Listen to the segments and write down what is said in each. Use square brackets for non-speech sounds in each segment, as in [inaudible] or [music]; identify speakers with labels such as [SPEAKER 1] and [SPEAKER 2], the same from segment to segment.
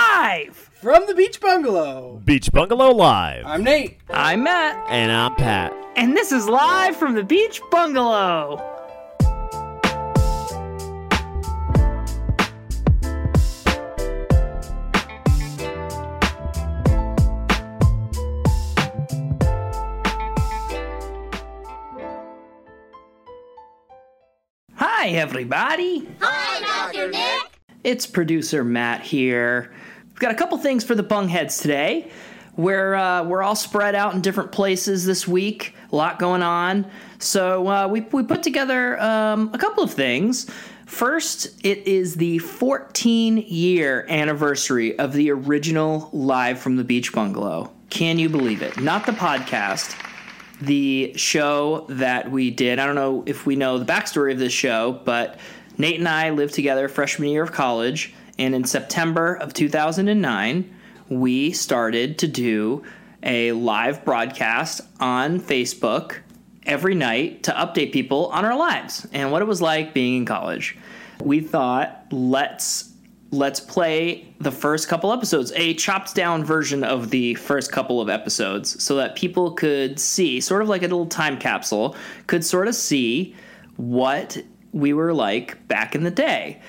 [SPEAKER 1] live.
[SPEAKER 2] From the beach bungalow.
[SPEAKER 3] Beach Bungalow Live.
[SPEAKER 2] I'm Nate.
[SPEAKER 1] I'm Matt,
[SPEAKER 3] And I'm Pat.
[SPEAKER 1] and this is live from the beach bungalow. Hi, everybody.
[SPEAKER 4] Hi, Dr. Nick.
[SPEAKER 1] It's producer Matt here. We've got a couple things for the bungheads today. We're uh, we're all spread out in different places this week. A lot going on. So uh, we we put together um, a couple of things. First, it is the 14 year anniversary of the original Live from the Beach Bungalow. Can you believe it? Not the podcast, the show that we did. I don't know if we know the backstory of this show, but Nate and I lived together freshman year of college, and in September of 2009, we started to do a live broadcast on Facebook every night to update people on our lives and what it was like being in college. We thought, let's let's play the first couple episodes, a chopped down version of the first couple of episodes, so that people could see, sort of like a little time capsule, could sort of see what we were like back in the day.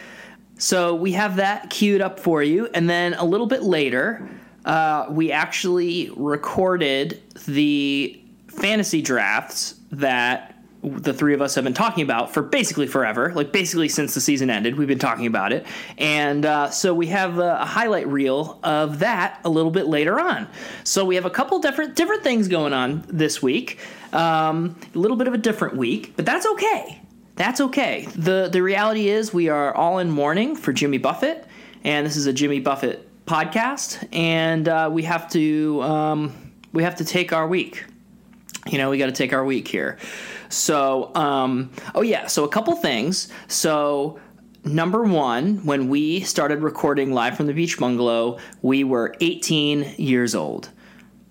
[SPEAKER 1] So we have that queued up for you. And then a little bit later, uh, we actually recorded the fantasy drafts that the three of us have been talking about for basically forever, like basically since the season ended, we've been talking about it. And uh, so we have a, a highlight reel of that a little bit later on. So we have a couple different different things going on this week. Um, a little bit of a different week, but that's okay that's okay. the The reality is, we are all in mourning for Jimmy Buffett, and this is a Jimmy Buffett podcast, and uh, we have to um, we have to take our week. You know, we got to take our week here. So, um, oh yeah, so a couple things. So. Number one, when we started recording live from the beach bungalow, we were 18 years old.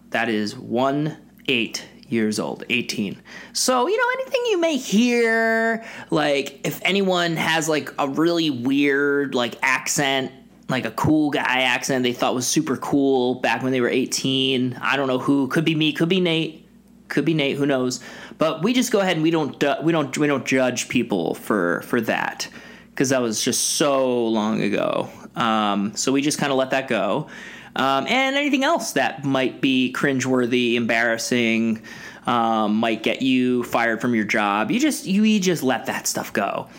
[SPEAKER 1] That is one eight years old, 18. So, you know, anything you may hear, like if anyone has like a really weird like accent, like a cool guy accent they thought was super cool back when they were 18, I don't know who, could be me, could be Nate, could be Nate, who knows. But we just go ahead and we don't du- we don't we don't judge people for for that because that was just so long ago. Um, so we just kind of let that go. Um, and anything else that might be cringeworthy, embarrassing, um, might get you fired from your job. You just you, you just let that stuff go.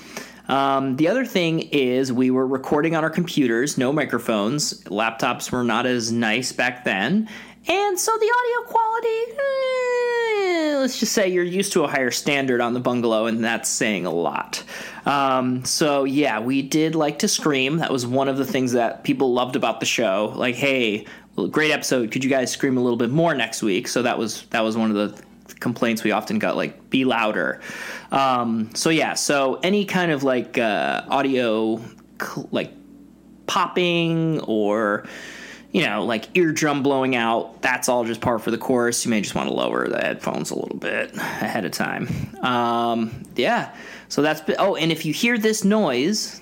[SPEAKER 1] Um, the other thing is we were recording on our computers, no microphones. Laptops were not as nice back then, and so the audio quality. eh, let's just say you're used to a higher standard on the bungalow, and that's saying a lot. Um, so yeah, we did like to scream. That was one of the things that people loved about the show. Like, hey, well, great episode. Could you guys scream a little bit more next week? So that was that was one of the complaints we often got like be louder um so yeah so any kind of like uh audio cl- like popping or you know like eardrum blowing out that's all just par for the course you may just want to lower the headphones a little bit ahead of time um yeah so that's be- oh and if you hear this noise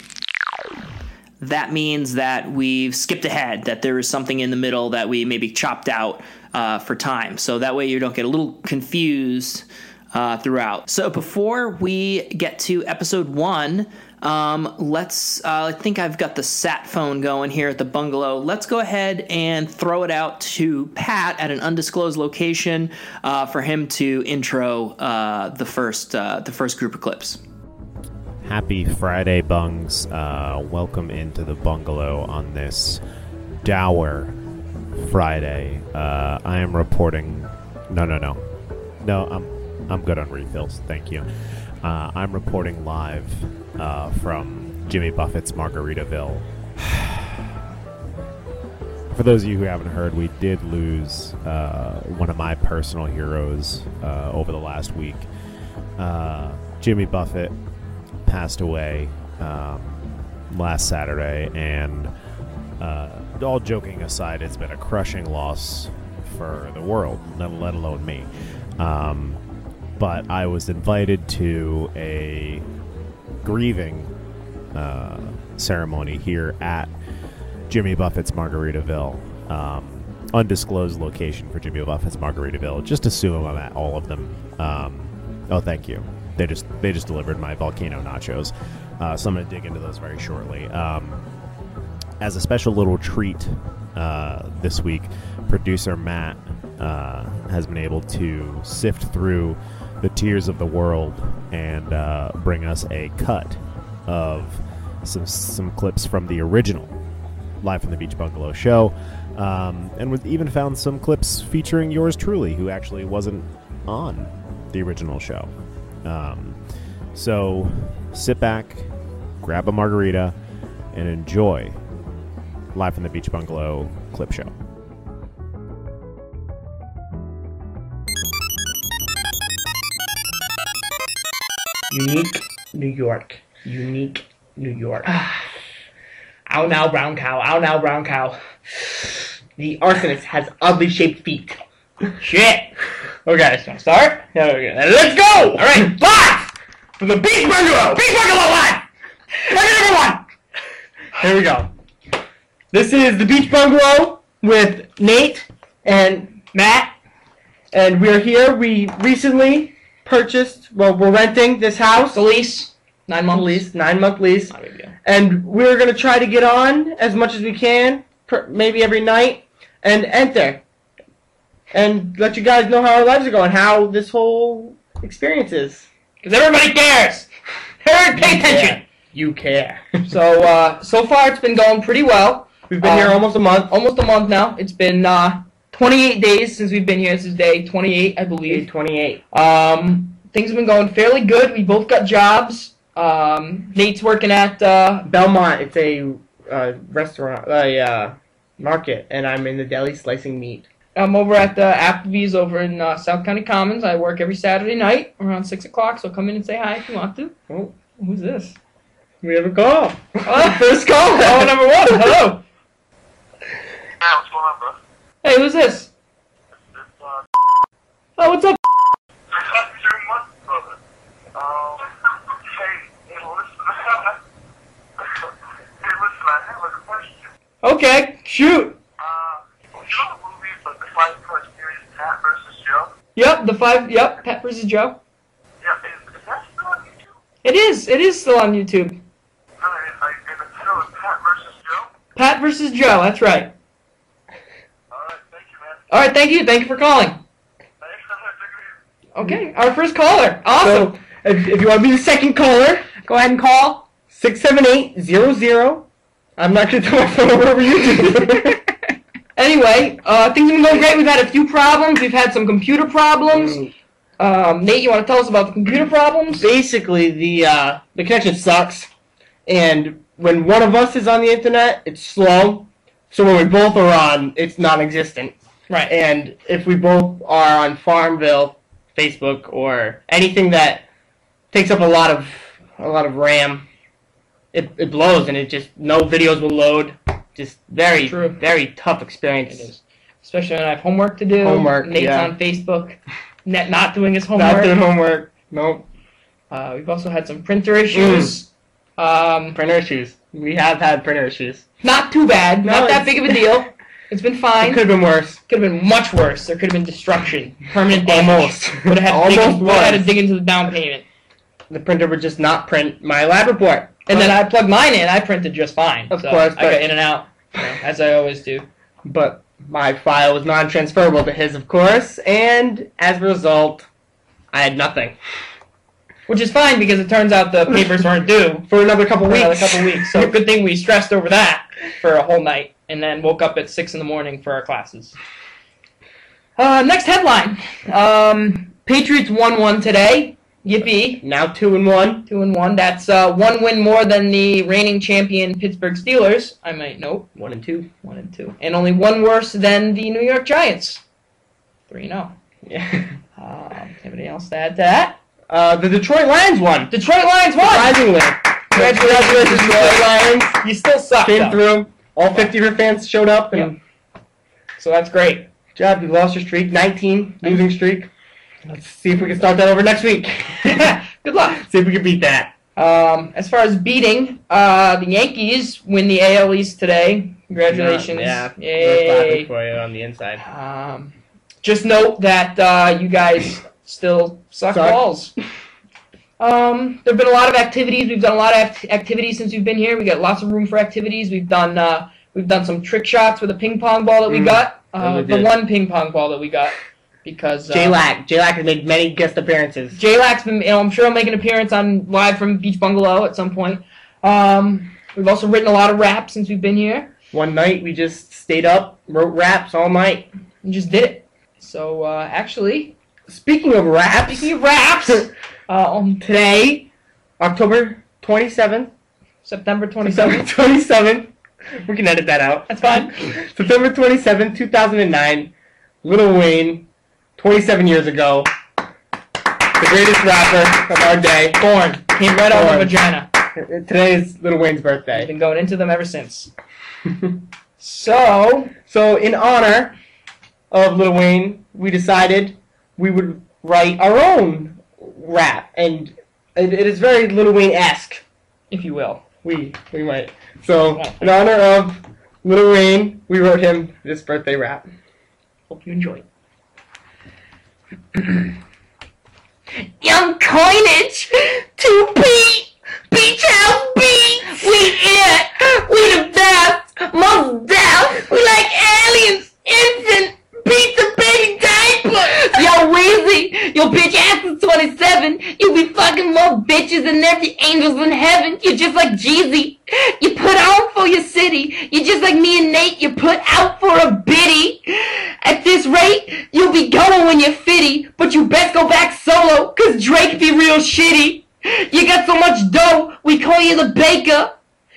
[SPEAKER 1] that means that we've skipped ahead, that there is something in the middle that we maybe chopped out uh, for time. So that way you don't get a little confused uh, throughout. So before we get to episode one, um, let's, uh, I think I've got the sat phone going here at the bungalow. Let's go ahead and throw it out to Pat at an undisclosed location uh, for him to intro uh, the first uh, the first group of clips.
[SPEAKER 3] Happy Friday, bungs. Uh, welcome into the bungalow on this dour Friday. Uh, I am reporting. No, no, no, no. I'm I'm good on refills. Thank you. Uh, I'm reporting live uh, from Jimmy Buffett's Margaritaville. [sighs] For those of you who haven't heard, we did lose uh, one of my personal heroes uh, over the last week. Uh, Jimmy Buffett passed away um, last Saturday, and uh, all joking aside, it's been a crushing loss for the world, let, let alone me. Um, but I was invited to a grieving uh, ceremony here at
[SPEAKER 5] Jimmy Buffett's Margaritaville. Um, undisclosed location for Jimmy Buffett's Margaritaville. Just assume I'm at all of them. Um, oh, thank you. They just they just delivered my volcano nachos, uh, so I'm gonna dig into those very shortly. Um, as a special little treat uh, this week, producer Matt uh, has been able to sift through the tears of the world and uh, bring us a cut of some, some clips from the original Live from the Beach Bungalow show. Um, and we've even found some clips featuring yours truly, who actually wasn't on the original show. Um, so sit back, grab a margarita, and enjoy Live from the Beach Bungalow clip show.
[SPEAKER 6] Unique New York. Unique New York. Ow now, brown cow. Ow now, brown cow. The arsonist has oddly shaped feet. Shit. Okay, so start. Yeah, okay. Let's go! Alright, live! From the Beach Bungalow! Beach Bungalow live! Hey, everyone! Here we go. This is the Beach Bungalow with Nate and Matt. And we're here. We recently purchased, well, we're renting this house.
[SPEAKER 7] The lease, nine months.
[SPEAKER 6] lease, nine month lease.
[SPEAKER 7] Not a big deal.
[SPEAKER 6] And we're gonna try to get on as much as we can, per, maybe every night, and enter, and let you guys know how our lives are going, how this whole experience is.
[SPEAKER 7] Because everybody cares. [laughs]
[SPEAKER 6] Eric,
[SPEAKER 7] Pay attention.
[SPEAKER 6] You care. so uh, so far it's been going pretty well. We've been here
[SPEAKER 7] Um,
[SPEAKER 6] almost a month.
[SPEAKER 7] Almost a month now. It's been uh, 28 days since we've been here. This is day 28, I believe.
[SPEAKER 6] 28.
[SPEAKER 7] Um, things have been going fairly good. We both got jobs. Um, Nate's working at uh,
[SPEAKER 6] Belmont. It's a uh, restaurant, a uh, market, and I'm in the deli slicing meat.
[SPEAKER 7] I'm over at the Applebee's over in uh, South County Commons. I work every Saturday night around six o'clock. So come in and say hi if you want to.
[SPEAKER 6] Oh.
[SPEAKER 7] Who's this?
[SPEAKER 6] We have a call.
[SPEAKER 7] Oh,
[SPEAKER 6] First call.
[SPEAKER 7] [laughs] Call number one. Hello.
[SPEAKER 8] Yeah, what's going on, bro?
[SPEAKER 7] Hey, who's this?
[SPEAKER 8] This, uh,
[SPEAKER 7] Oh, what's up?
[SPEAKER 8] not too much, brother. Um, hey, hey, listen. [laughs] hey, listen, I have a question.
[SPEAKER 7] Okay, shoot.
[SPEAKER 8] Uh, you know the movie, like, the five-part series, Pat versus Joe?
[SPEAKER 7] Yep, the five. Yep, Pat versus Joe.
[SPEAKER 8] Yeah, is, is that still on YouTube?
[SPEAKER 7] It is. It is still on YouTube.
[SPEAKER 8] No, I, I, and the title is Pat versus Joe?
[SPEAKER 7] Pat versus Joe. That's right.
[SPEAKER 8] Alright, thank you, man.
[SPEAKER 7] All right. Thank you. Thank you for calling.
[SPEAKER 8] Thanks, [laughs] I'm gonna take it easy.
[SPEAKER 7] Okay. Our first caller. Awesome.
[SPEAKER 6] So, if, if you want to be the second caller,
[SPEAKER 7] Go ahead and call.
[SPEAKER 6] 67800. I'm not going to throw my phone over you.
[SPEAKER 7] [laughs] Anyway, uh, things have been going great. We've had a few problems. We've had some computer problems.
[SPEAKER 6] Mm.
[SPEAKER 7] Um, Nate, you want to tell us about the computer problems?
[SPEAKER 6] Basically, the uh, the connection sucks, and when one of us is on the internet, it's slow. So when we both are on, it's non-existent.
[SPEAKER 7] Right.
[SPEAKER 6] And if we both are on Farmville, Facebook, or anything that takes up a lot of a lot of RAM, it, it blows and it just no videos will load. Just very
[SPEAKER 7] True.
[SPEAKER 6] very tough experience.
[SPEAKER 7] It is. Especially when I have homework to do.
[SPEAKER 6] Homework,
[SPEAKER 7] Nate's
[SPEAKER 6] yeah.
[SPEAKER 7] on Facebook. Net not doing his
[SPEAKER 6] Not
[SPEAKER 7] homework.
[SPEAKER 6] doing homework. Nope.
[SPEAKER 7] Uh, we've also had some printer
[SPEAKER 6] Mm.
[SPEAKER 7] issues. Um,
[SPEAKER 6] Printer issues. We have had printer issues.
[SPEAKER 7] not too bad.
[SPEAKER 6] No,
[SPEAKER 7] not that
[SPEAKER 6] it's-
[SPEAKER 7] big of a [laughs] deal. It's been
[SPEAKER 6] It
[SPEAKER 7] fine.
[SPEAKER 6] could have been worse.
[SPEAKER 7] Could have been much worse. There could have been destruction, permanent damage.
[SPEAKER 6] Almost.
[SPEAKER 7] Would have had to, dig,
[SPEAKER 6] [laughs] Almost
[SPEAKER 7] would have had to
[SPEAKER 6] was.
[SPEAKER 7] dig into the down payment.
[SPEAKER 6] The printer would just not print my lab report.
[SPEAKER 7] And then I plugged mine in. I printed just fine.
[SPEAKER 6] Of
[SPEAKER 7] So
[SPEAKER 6] course,
[SPEAKER 7] I got
[SPEAKER 6] but-
[SPEAKER 7] in and [laughs] out, you know, as I always do.
[SPEAKER 6] but my file was non-transferable to his, of course, and as a result, I had nothing
[SPEAKER 7] Which is fine because it turns out [laughs] the papers weren't due.
[SPEAKER 6] for another couple
[SPEAKER 7] for
[SPEAKER 6] weeks.
[SPEAKER 7] another couple weeks. So [laughs] good thing we stressed over that for a whole night, and then woke up at six in the morning for our classes. Uh, next headline: um, Patriots won one today. Yippee!
[SPEAKER 6] now two and one. [laughs]
[SPEAKER 7] Two and one. That's uh, one win more than the reigning champion Pittsburgh Steelers. I might note
[SPEAKER 6] One and two.
[SPEAKER 7] one and two, and only one worse than the New York Giants. Three and zero.
[SPEAKER 6] Yeah.
[SPEAKER 7] Um, anybody else to add to that?
[SPEAKER 6] Uh, the Detroit Lions won.
[SPEAKER 7] Detroit Lions won.
[SPEAKER 6] Surprisingly.
[SPEAKER 7] Congratulations,
[SPEAKER 6] Detroit Lions.
[SPEAKER 7] You still suck.
[SPEAKER 6] Came
[SPEAKER 7] though.
[SPEAKER 6] through. All 50 of your fans showed up, and
[SPEAKER 7] So that's great.
[SPEAKER 6] Jab, you lost your streak. 19 losing streak. Let's see if we can start that over next week.
[SPEAKER 7] [laughs] good luck.
[SPEAKER 6] see if we can beat that.
[SPEAKER 7] Um, as far as beating, uh, the Yankees win the AL East today. Congratulations.
[SPEAKER 6] Yeah,
[SPEAKER 7] Yay.
[SPEAKER 6] we're clapping for you on the inside.
[SPEAKER 7] Um, just note that uh, you guys still suck
[SPEAKER 6] Suck.
[SPEAKER 7] balls. Um, there have been a lot of activities. We've done a lot of act- activities since we've been here. We got lots of room for activities. We've done uh, we've done some trick shots with a ping pong ball that we
[SPEAKER 6] Mm,
[SPEAKER 7] got.
[SPEAKER 6] that
[SPEAKER 7] Uh,
[SPEAKER 6] we
[SPEAKER 7] the
[SPEAKER 6] did.
[SPEAKER 7] one ping pong ball that we got because uh,
[SPEAKER 6] J-Lac. J-Lac has made many guest appearances.
[SPEAKER 7] J-Lac's been. You know, I'm sure he'll make an appearance on live from Beach Bungalow at some point. Um, we've also written a lot of rap since we've been here.
[SPEAKER 6] One night we just stayed up, wrote raps all night.
[SPEAKER 7] and just did it. So uh, actually, [laughs]
[SPEAKER 6] Speaking of raps,
[SPEAKER 7] speaking of
[SPEAKER 6] [laughs]
[SPEAKER 7] raps, uh, on
[SPEAKER 6] today, October 27th,
[SPEAKER 7] September 27th,
[SPEAKER 6] September 27th, we can edit that out.
[SPEAKER 7] That's fine.
[SPEAKER 6] [laughs] September 27th, 2009, Little Wayne, 27 years ago, the greatest rapper of our day, born.
[SPEAKER 7] came right out of
[SPEAKER 6] Born.
[SPEAKER 7] the vagina.
[SPEAKER 6] Today is Little Wayne's
[SPEAKER 7] I've
[SPEAKER 6] birthday.
[SPEAKER 7] been going into them ever since. So
[SPEAKER 6] So, in honor of Lil Wayne, we decided we would write our own rap, and it, it is very Lil Wayne esque.
[SPEAKER 7] if you will,
[SPEAKER 6] We we might. So, in honor of Lil Wayne, we wrote him this birthday rap.
[SPEAKER 7] hope you enjoy.
[SPEAKER 6] Young coinage to beat beach house beats. We it. We the best, most best. We like aliens, infant pizza baby diaper.
[SPEAKER 9] Yo, Weezy, your bitch ass is 27. You be fucking more bitches than there's the angels in heaven. You're just like Jeezy. You put on for your city. You're just like me and Nate. You put out for a biddy. At this rate, you'll be going when you're 50. But you best go back solo, cause Drake be real shitty. You got so much dough, we call you the baker.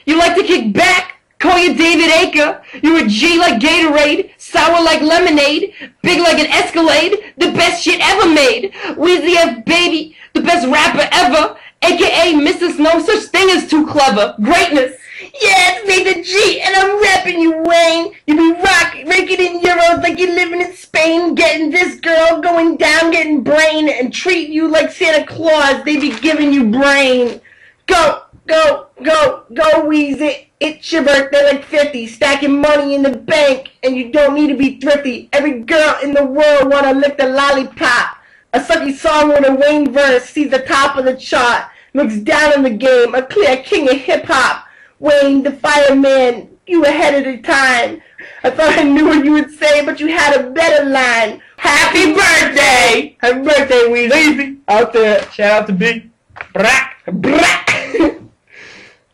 [SPEAKER 9] You like to kick back, call you David Aker. You're a G like Gatorade, sour like lemonade, big like an Escalade, the best shit ever made. Weezy F Baby, the best rapper ever, aka Mrs. No Such Thing as Too Clever. Greatness! Yeah, it's Nathan G, and I'm rapping you, Wayne. You be rock, raking in euros like you're living in Spain, getting this girl going down, getting brain, and treat you like Santa Claus. They be giving you brain. Go, go, go, go, Weezy. It's your birthday like 50, stacking money in the bank, and you don't need to be thrifty. Every girl in the world wanna lick the lollipop. A sucky song with a Wayne verse sees the top of the chart, looks down on the game, a clear king of hip hop. Wayne, the fireman, you ahead of the time. I thought I knew what you would say, but you had a better line. Happy birthday! Happy birthday, Weezy. Out there.
[SPEAKER 7] Shout out to Big Brack.
[SPEAKER 6] Brack. [laughs]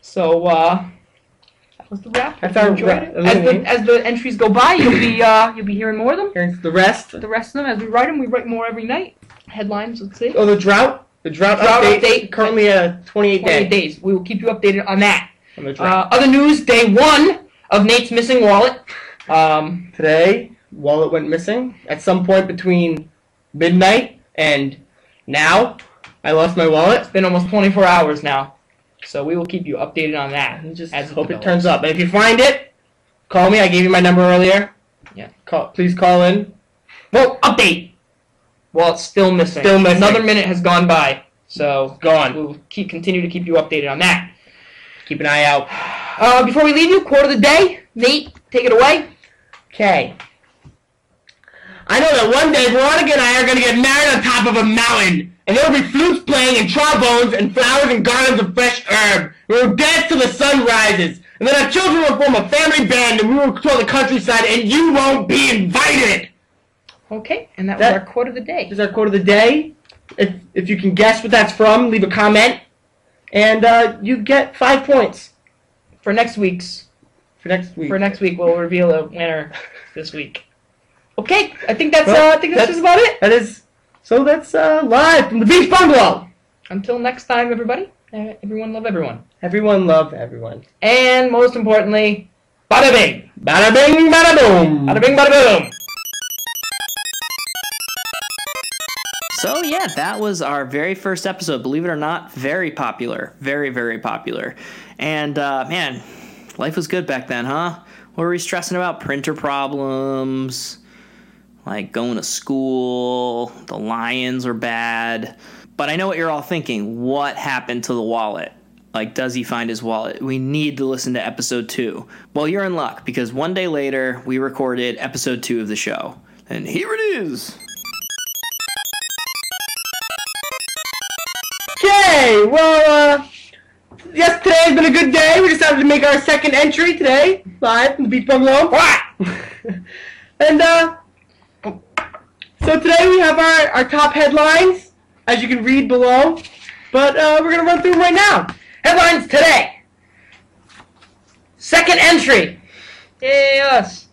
[SPEAKER 7] So uh, that was the wrap.
[SPEAKER 6] That's
[SPEAKER 7] Hope you
[SPEAKER 6] our
[SPEAKER 7] enjoyed
[SPEAKER 6] wrap.
[SPEAKER 7] it. As the, as the entries go by, you'll be uh, you'll be hearing more of them.
[SPEAKER 6] Here's the rest.
[SPEAKER 7] The rest of them, as we write them, we write more every night. Headlines, let's see.
[SPEAKER 6] Oh, the drought. The drought,
[SPEAKER 7] Drought
[SPEAKER 6] update,
[SPEAKER 7] update.
[SPEAKER 6] currently a 28
[SPEAKER 7] 28
[SPEAKER 6] day.
[SPEAKER 7] days. We will keep you updated on that.
[SPEAKER 6] On the drought.
[SPEAKER 7] Uh, other news, day one of Nate's missing wallet. Um,
[SPEAKER 6] Today, wallet went missing at some point between midnight and now. I lost my wallet.
[SPEAKER 7] it's been almost 24 hours now, so we will keep you updated on that.
[SPEAKER 6] I just
[SPEAKER 7] As it
[SPEAKER 6] hope it
[SPEAKER 7] develops.
[SPEAKER 6] turns up. And if you find it, call me. I gave you my number earlier.
[SPEAKER 7] Yeah.
[SPEAKER 6] Call, please call in.
[SPEAKER 7] Well, update. Well, it's still missing.
[SPEAKER 6] Still missing.
[SPEAKER 7] Another minute has gone by, so
[SPEAKER 6] Gone.
[SPEAKER 7] we'll keep continue to keep you updated on that.
[SPEAKER 6] Keep an eye out.
[SPEAKER 7] Uh, before we leave you, quote of the day. Nate, take it away.
[SPEAKER 6] Okay. I know that one day Veronica and I are going to get married on top of a mountain, and there will be flutes playing and trombones and flowers and gardens of fresh herb. We will dance till the sun rises, and then our children will form a family band, and we will tour the countryside, and you won't be invited.
[SPEAKER 7] Okay, and that,
[SPEAKER 6] That-
[SPEAKER 7] was our quote of the day.
[SPEAKER 6] This is our quote of the day. If if you can guess what that's from, leave a comment, and uh, you get five points
[SPEAKER 7] For next week's,
[SPEAKER 6] for next week.
[SPEAKER 7] for next week, we'll reveal a winner this week. Okay, I think that's
[SPEAKER 6] Well,
[SPEAKER 7] uh, I think that's,
[SPEAKER 6] that's-
[SPEAKER 7] just about it.
[SPEAKER 6] That is. So that's uh, live from the beach bungalow.
[SPEAKER 7] Until next time, everybody. Uh, everyone love everyone.
[SPEAKER 6] Everyone love everyone.
[SPEAKER 7] And most importantly, bada bing,
[SPEAKER 6] Bada bing, bada boom.
[SPEAKER 7] bada bing, bada boom.
[SPEAKER 1] So yeah, that was our very first episode. Believe it or not, very popular, very very popular. And uh, man, life was good back then, huh? What were we stressing about? Printer problems, like going to school. The Lions are bad. But I know what you're all thinking. What happened to the wallet? Like, does he find his wallet? We need to listen to episode two. Well, you're in luck because one day later, we recorded episode two of the show. And here it is.
[SPEAKER 6] Okay, well, uh, yes, today's been a good day. We decided to make our second entry today, live from the Beach Bungalow. [laughs] and, uh, so today we have our, our top headlines, as you can read below. But, uh, we're gonna run through them right now. Headlines today. Second entry. Yay, us.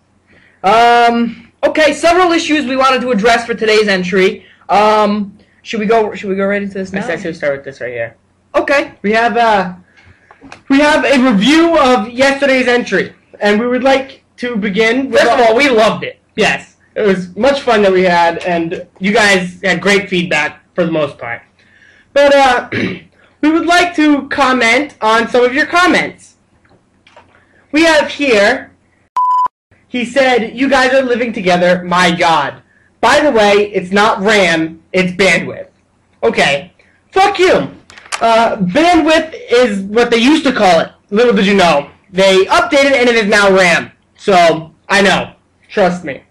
[SPEAKER 6] Um, okay, several issues we wanted to address for today's entry. Um, should we go, should we go right into this
[SPEAKER 7] I
[SPEAKER 6] now?
[SPEAKER 7] said I should start with this right here.
[SPEAKER 6] Okay, we have uh, we have a review of yesterday's entry, and we would like to begin. With
[SPEAKER 7] First of all, we loved it.
[SPEAKER 6] yes, it was much fun that we had, and
[SPEAKER 7] You guys had great feedback for the most part.
[SPEAKER 6] but uh, [clears throat] we would like to comment on some of your comments. We have here. He said, "You guys are living together." My God. By the way, it's not RAM, it's bandwidth. Okay, fuck you. Uh, bandwidth is what they used to call it. Little did you know, they updated and it is now RAM. So I know. Trust me.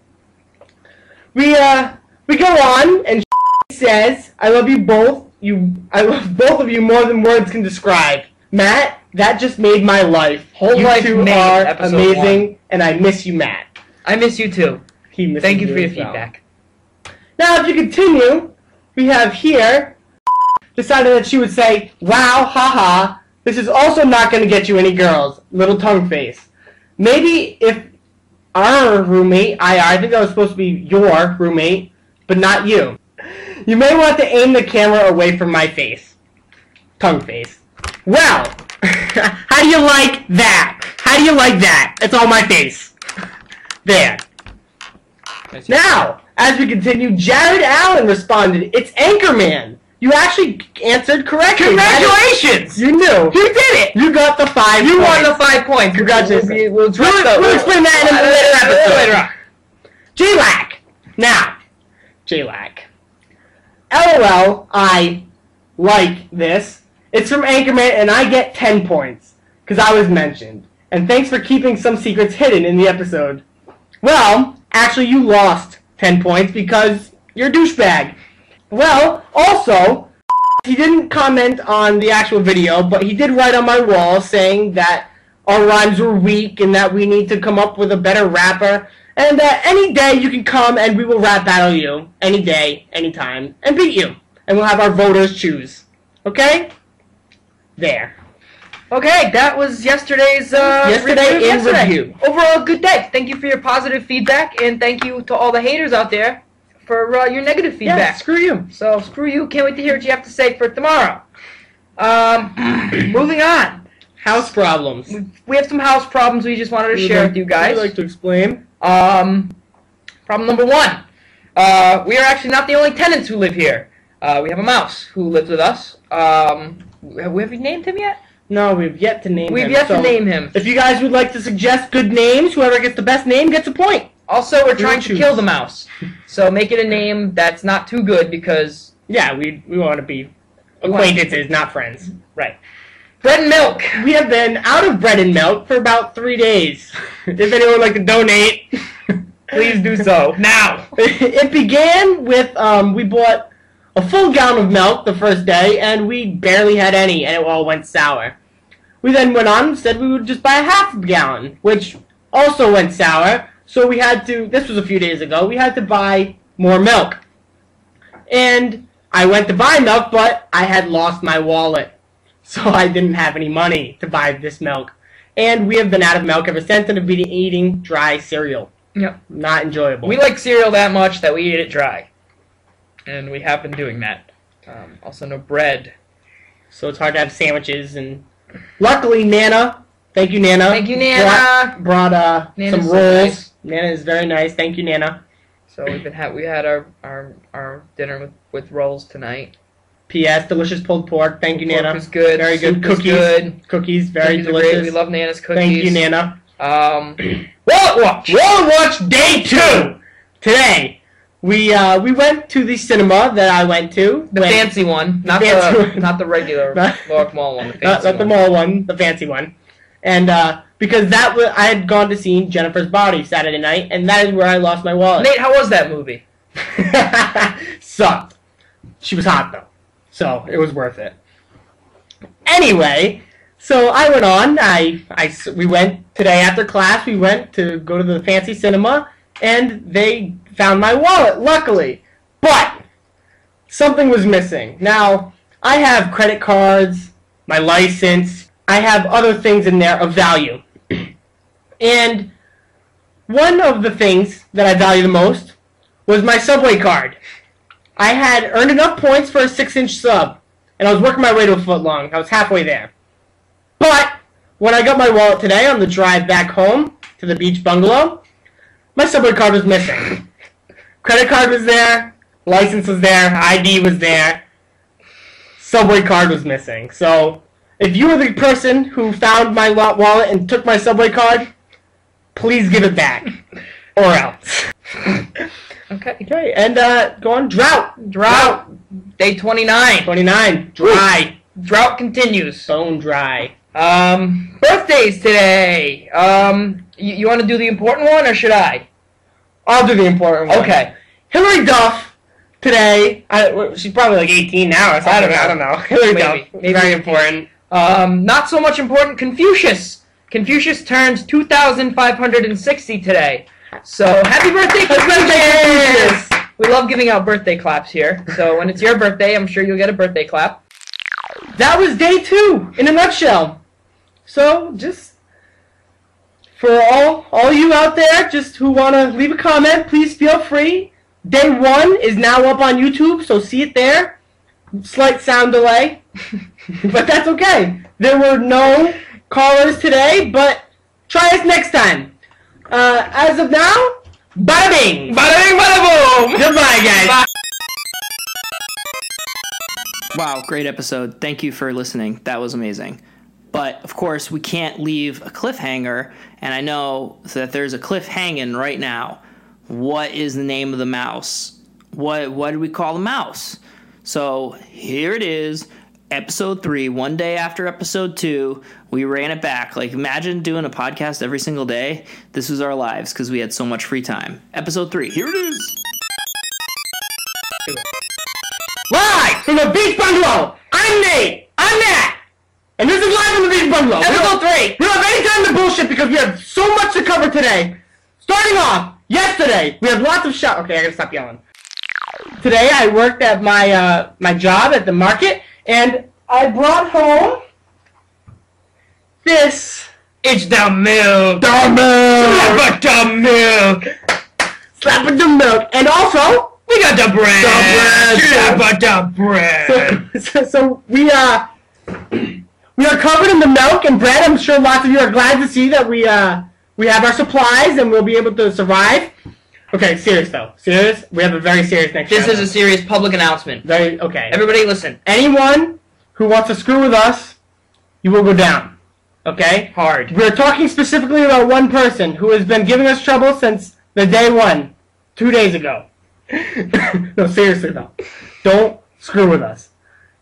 [SPEAKER 6] We uh we go on and [laughs] says, "I love you both. You, I love [laughs] both of you more than words can describe." Matt, that just made my life.
[SPEAKER 7] Whole
[SPEAKER 6] you
[SPEAKER 7] life
[SPEAKER 6] two
[SPEAKER 7] made,
[SPEAKER 6] are
[SPEAKER 7] episode
[SPEAKER 6] amazing, and I miss you, Matt.
[SPEAKER 7] I miss you too.
[SPEAKER 6] He misses
[SPEAKER 7] Thank you for your
[SPEAKER 6] as well.
[SPEAKER 7] feedback.
[SPEAKER 6] Now, if you continue, we have here decided that she would say, "Wow, haha, this is also not going to get you any girls." Little tongue face. Maybe if our roommate, I, I think that was supposed to be your roommate, but not you. You may want to aim the camera away from my face, tongue face. Well, [laughs] how do you like that? How do you like that? It's all my face. There. Now, as we continue, Jared Allen responded, "It's Anchorman." You actually answered correctly.
[SPEAKER 7] Congratulations!
[SPEAKER 6] You knew.
[SPEAKER 7] You did it!
[SPEAKER 6] You got the five.
[SPEAKER 7] You won
[SPEAKER 6] points.
[SPEAKER 7] the five points.
[SPEAKER 6] Congratulations.
[SPEAKER 7] We'll, be- we'll dress
[SPEAKER 6] We'll,
[SPEAKER 7] up.
[SPEAKER 6] we'll explain that in a later episode.
[SPEAKER 7] Later on.
[SPEAKER 6] JLAC. Now, JLAC. LOL, I like this. It's from Anchorman, and I get 10 points because I was mentioned. And thanks for keeping some secrets hidden in the episode. Well, actually, you lost 10 points because you're a douchebag. Well, also, [laughs] he didn't comment on the actual video, but he did write on my wall saying that our rhymes were weak and that we need to come up with a better rapper. And uh, any day you can come and we will rap battle you. Any day, anytime, and beat you. And we'll have our voters choose. Okay? There.
[SPEAKER 7] Okay, that was yesterday's uh,
[SPEAKER 6] Yesterday
[SPEAKER 7] review of
[SPEAKER 6] in
[SPEAKER 7] yesterday.
[SPEAKER 6] review.
[SPEAKER 7] Overall, good day. Thank you for your positive feedback, and thank you to all the haters out there for uh, your negative
[SPEAKER 6] Yeah,
[SPEAKER 7] feedback.
[SPEAKER 6] screw you.
[SPEAKER 7] So screw you. Can't wait to hear what you have to say for tomorrow. Um, [clears throat] moving on.
[SPEAKER 6] House problems.
[SPEAKER 7] We, we have some house problems we just wanted to
[SPEAKER 6] We would
[SPEAKER 7] share
[SPEAKER 6] like-
[SPEAKER 7] with you guys.
[SPEAKER 6] we would like to explain.
[SPEAKER 7] Um, problem number one. Uh, we are actually not the only tenants who live here. Uh, we have a mouse who lives with us. Um, have we have we named him yet?
[SPEAKER 6] No, we've yet to name
[SPEAKER 7] We've
[SPEAKER 6] him,
[SPEAKER 7] yet
[SPEAKER 6] so-
[SPEAKER 7] to name
[SPEAKER 6] [laughs]
[SPEAKER 7] him.
[SPEAKER 6] If you guys would like to suggest good names, whoever gets the best name gets a point.
[SPEAKER 7] Also, we're trying
[SPEAKER 6] will
[SPEAKER 7] to
[SPEAKER 6] choose.
[SPEAKER 7] kill the mouse. So make it a name that's not too good because
[SPEAKER 6] Yeah, we, we want to be
[SPEAKER 7] want-
[SPEAKER 6] acquaintances, not friends. Right.
[SPEAKER 7] bread and milk.
[SPEAKER 6] We have been out of bread and milk for about three days. if anyone would like to donate,
[SPEAKER 7] Please do so now.
[SPEAKER 6] [laughs] It began with um, we bought a full gallon of milk the first day, and we barely had any, and it all went sour. We then went on and said we would just buy a half gallon, which also went sour. So we had to. This was a few days ago. We had to buy more milk, and I went to buy milk, but I had lost my wallet, so [laughs] I didn't have any money to buy this milk. And we have been out of milk ever since, and have been eating dry cereal.
[SPEAKER 7] Yep.
[SPEAKER 6] Not enjoyable.
[SPEAKER 7] We like cereal that much that we eat it dry, and we have been doing that. Um, also, no bread.
[SPEAKER 6] so it's hard to have sandwiches. And luckily, Nana, thank you, Nana.
[SPEAKER 7] Thank you, Nana.
[SPEAKER 6] Brought, brought uh,
[SPEAKER 7] Nana's
[SPEAKER 6] some
[SPEAKER 7] so
[SPEAKER 6] rolls.
[SPEAKER 7] nice.
[SPEAKER 6] Nana is very nice. Thank you, Nana.
[SPEAKER 7] So we've been ha- we had our, our our dinner with with rolls tonight.
[SPEAKER 6] P.S. Delicious pulled pork. Thank you,
[SPEAKER 7] Pork
[SPEAKER 6] Nana.
[SPEAKER 7] was good.
[SPEAKER 6] Very good.
[SPEAKER 7] Soup was
[SPEAKER 6] Cookies.
[SPEAKER 7] good.
[SPEAKER 6] Cookies, very
[SPEAKER 7] Cookies are great.
[SPEAKER 6] delicious.
[SPEAKER 7] We love Nana's cookies.
[SPEAKER 6] thank you, Nana.
[SPEAKER 7] Um,
[SPEAKER 6] Wallet Watch. Wallet Watch Day Two today. We uh, we went to the cinema that I went to.
[SPEAKER 7] The
[SPEAKER 6] when-
[SPEAKER 7] fancy one, not the,
[SPEAKER 6] fancy one.
[SPEAKER 7] not the regular
[SPEAKER 6] [laughs] Not-
[SPEAKER 7] Lorac Mall one. The
[SPEAKER 6] not,
[SPEAKER 7] fancy
[SPEAKER 6] not the
[SPEAKER 7] one.
[SPEAKER 6] mall one, the fancy one, and uh, because that was I had gone to see Jennifer's Body Saturday night, and that is where I lost my wallet.
[SPEAKER 7] Nate, how was that movie?
[SPEAKER 6] [laughs] Sucked. She was hot though, so it was worth it. Anyway, so I went on. I, I s- we went today after class. We went to go to the fancy cinema, and they found my wallet. Luckily, but something was missing. Now I have credit cards, my license. I have other things in there of value, [clears throat] and one of the things that I value the most was my subway card. I had earned enough points for a six inch sub, and I was working my way to a foot long. I was halfway there. But when I got my wallet today on the drive back home to the beach bungalow, my subway card was missing. Credit card was there, license was there, ID was there, subway card was missing. So if you were the person who found my lot wallet and took my subway card, please give it back. Or else. [laughs]
[SPEAKER 7] Okay.
[SPEAKER 6] Okay, and uh, go on drought. Drought.
[SPEAKER 7] Day 29.
[SPEAKER 6] 29. Dry.
[SPEAKER 7] Drought continues.
[SPEAKER 6] Bone dry.
[SPEAKER 7] Um, birthdays today. Um, you, you want to do the important one or should I?
[SPEAKER 6] I'll do the important one.
[SPEAKER 7] Okay.
[SPEAKER 6] Hillary Duff today. I, w- she's probably like 18 now. So I don't know. I don't know. Hillary
[SPEAKER 7] Maybe.
[SPEAKER 6] Duff.
[SPEAKER 7] Maybe.
[SPEAKER 6] Very important.
[SPEAKER 7] Um, not so much important. Confucius. Confucius turns 2,560 today. So happy birthday, Confucius! We love giving out birthday claps here. So when it's your birthday, I'm sure you'll get a birthday clap.
[SPEAKER 6] That was day two in a nutshell. So just for all all you out there, just who want to leave a comment, please feel free. Day one is now up on YouTube, so see it there. Slight sound [laughs] delay, but that's okay. There were no callers today, but try us next time. Uh, as of now, bada bing, bada bing, bada boom. Goodbye, guys.
[SPEAKER 1] Wow, great episode. Thank you for listening. That was amazing. But of course, we can't leave a cliffhanger, and I know that there's a cliff hanging right now. What is the name of the mouse? What what do we call the mouse? So here it is, episode three. One day after episode two, we ran it back. Like imagine doing a podcast every single day. This was our lives because we had so much free time. Episode three. Here it is.
[SPEAKER 6] Live from the Beach Bungalow. I'm Nate. I'm Nat. And this is live from the Beach Bungalow.
[SPEAKER 7] Episode
[SPEAKER 6] We don't-
[SPEAKER 7] three.
[SPEAKER 6] We don't have any time to bullshit because we have so much to cover today. Starting off, yesterday, we had lots of shot. Okay, I gotta stop yelling. Today, I worked at my uh, my job at the market, and I brought home this.
[SPEAKER 10] It's the milk.
[SPEAKER 6] Dumb milk.
[SPEAKER 10] Slap the milk.
[SPEAKER 6] Slap of the milk. And also,
[SPEAKER 10] We got the bread.
[SPEAKER 6] The
[SPEAKER 10] Slap
[SPEAKER 6] bread.
[SPEAKER 10] the bread.
[SPEAKER 6] so, [laughs] so, so we uh we are covered in the milk and bread. I'm sure lots of you are glad to see that we uh we have our supplies and we'll be able to survive. Okay, serious though. Serious? We have a very serious
[SPEAKER 7] [laughs]
[SPEAKER 6] next
[SPEAKER 7] This
[SPEAKER 6] shout
[SPEAKER 7] is a
[SPEAKER 6] out.
[SPEAKER 7] serious public announcement.
[SPEAKER 6] very okay.
[SPEAKER 7] Everybody listen.
[SPEAKER 6] Anyone who wants to screw with us, you will go down. Okay?
[SPEAKER 7] Hard.
[SPEAKER 6] We're talking specifically about one person who has been giving us trouble since the day one, two days ago. [laughs] no, seriously though, don't screw with us.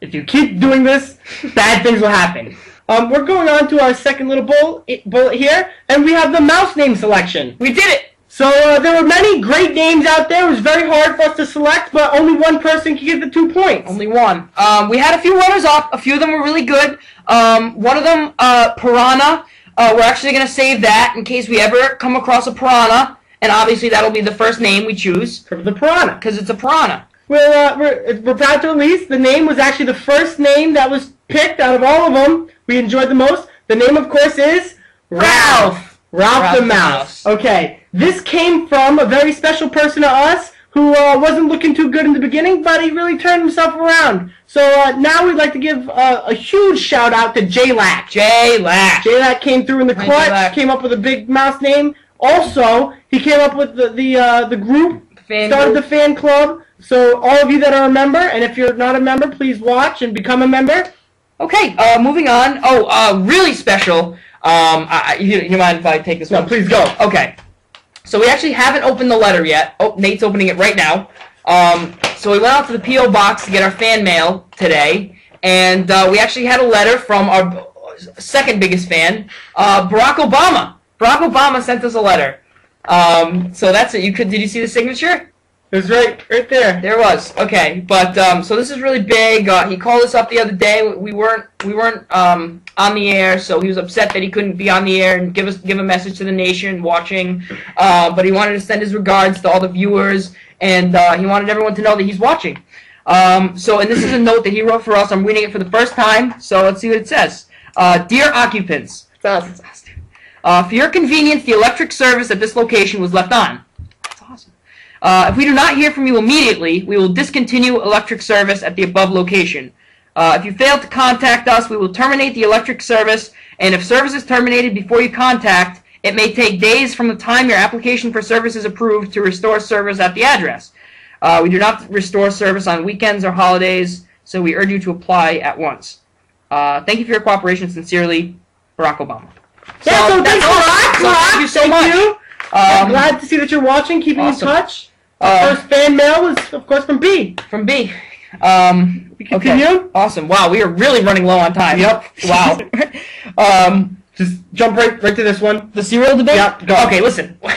[SPEAKER 6] If you keep doing this, bad things will happen. Um, we're going on to our second little bull, bullet here, and we have the mouse name selection.
[SPEAKER 7] We did it!
[SPEAKER 6] So uh, there were many great names out there. It was very hard for us to select, but only one person could get the two points.
[SPEAKER 7] Only one. Um, we had a few runners off. A few of them were really good. Um, one of them, uh, Piranha. Uh, we're actually going to save that in case we ever come across a Piranha. And obviously, that'll be the first name we choose
[SPEAKER 6] for the piranha.
[SPEAKER 7] because it's a Piranha.
[SPEAKER 6] We're, uh, we're, we're proud to release the name was actually the first name that was picked out of all of them. We enjoyed the most. The name, of course, is Ralph. Ralph, the,
[SPEAKER 7] the
[SPEAKER 6] mouse.
[SPEAKER 7] Mouse.
[SPEAKER 6] Okay, this came from a very special person to us who uh, wasn't looking too good in the beginning, but he really turned himself around. So uh, now we'd like to give uh, a huge shout out to J Lack.
[SPEAKER 7] J Lack.
[SPEAKER 6] Jay that came through in the
[SPEAKER 7] Hi,
[SPEAKER 6] clutch,
[SPEAKER 7] J-Lac.
[SPEAKER 6] came up with a big mouse name. Also, he came up with the the uh, the group,
[SPEAKER 7] Fan
[SPEAKER 6] started
[SPEAKER 7] group.
[SPEAKER 6] the fan club. So all of you that are a member, and if you're not a member, please watch and become a member.
[SPEAKER 7] Okay, uh, moving on. Oh, uh, really special. Um, I, I- you, you mind if I take this
[SPEAKER 6] No,
[SPEAKER 7] one?
[SPEAKER 6] please go.
[SPEAKER 7] Okay. So we actually haven't opened the letter yet. Oh, Nate's opening it right now. Um, so we went out to the PO box to get our fan mail today, and uh, we actually had a letter from our b- second biggest fan, uh, Barack Obama. Barack Obama sent us a letter. Um, so that's it. You could did you see the signature?
[SPEAKER 6] It's right, right there.
[SPEAKER 7] There was okay, but um, so this is really big. Uh, he called us up the other day. We weren't we weren't um, on the air, so he was upset that he couldn't be on the air and give us give a message to the nation watching. Uh, but he wanted to send his regards to all the viewers, and uh, he wanted everyone to know that he's watching. Um, so, and this is a note that he wrote for us. I'm reading it for the first time, so let's see what it says. Uh, dear occupants, it's us, it's us, dude. Uh, for your convenience, the electric service at this location was left on. That's awesome. Uh, if we do not hear from you immediately, we will discontinue electric service at the above location. Uh, if you fail to contact us, we will terminate the electric service, and if service is terminated before you contact, it may take days from the time your application for service is approved to restore service at the address. Uh, we do not restore service on weekends or holidays, so we urge you to apply at once. Uh, thank you for your cooperation. Sincerely, Barack Obama.
[SPEAKER 6] Yeah, so
[SPEAKER 7] that's
[SPEAKER 6] thanks
[SPEAKER 7] all.
[SPEAKER 6] a lot,
[SPEAKER 7] So thank
[SPEAKER 6] Brock.
[SPEAKER 7] you so
[SPEAKER 6] Thank
[SPEAKER 7] much.
[SPEAKER 6] you.
[SPEAKER 7] Um,
[SPEAKER 6] Glad to see that you're watching, keeping
[SPEAKER 7] Awesome.
[SPEAKER 6] in touch.
[SPEAKER 7] uh,
[SPEAKER 6] First fan mail was, of course, from B.
[SPEAKER 7] from B. Um,
[SPEAKER 6] We continue.
[SPEAKER 7] Awesome. Wow, we are really running low on time.
[SPEAKER 6] Yep.
[SPEAKER 7] [laughs] Wow. um,
[SPEAKER 6] Just jump right, right to this one.
[SPEAKER 7] the cereal debate?
[SPEAKER 6] Yep, go.
[SPEAKER 7] Okay, listen. [laughs]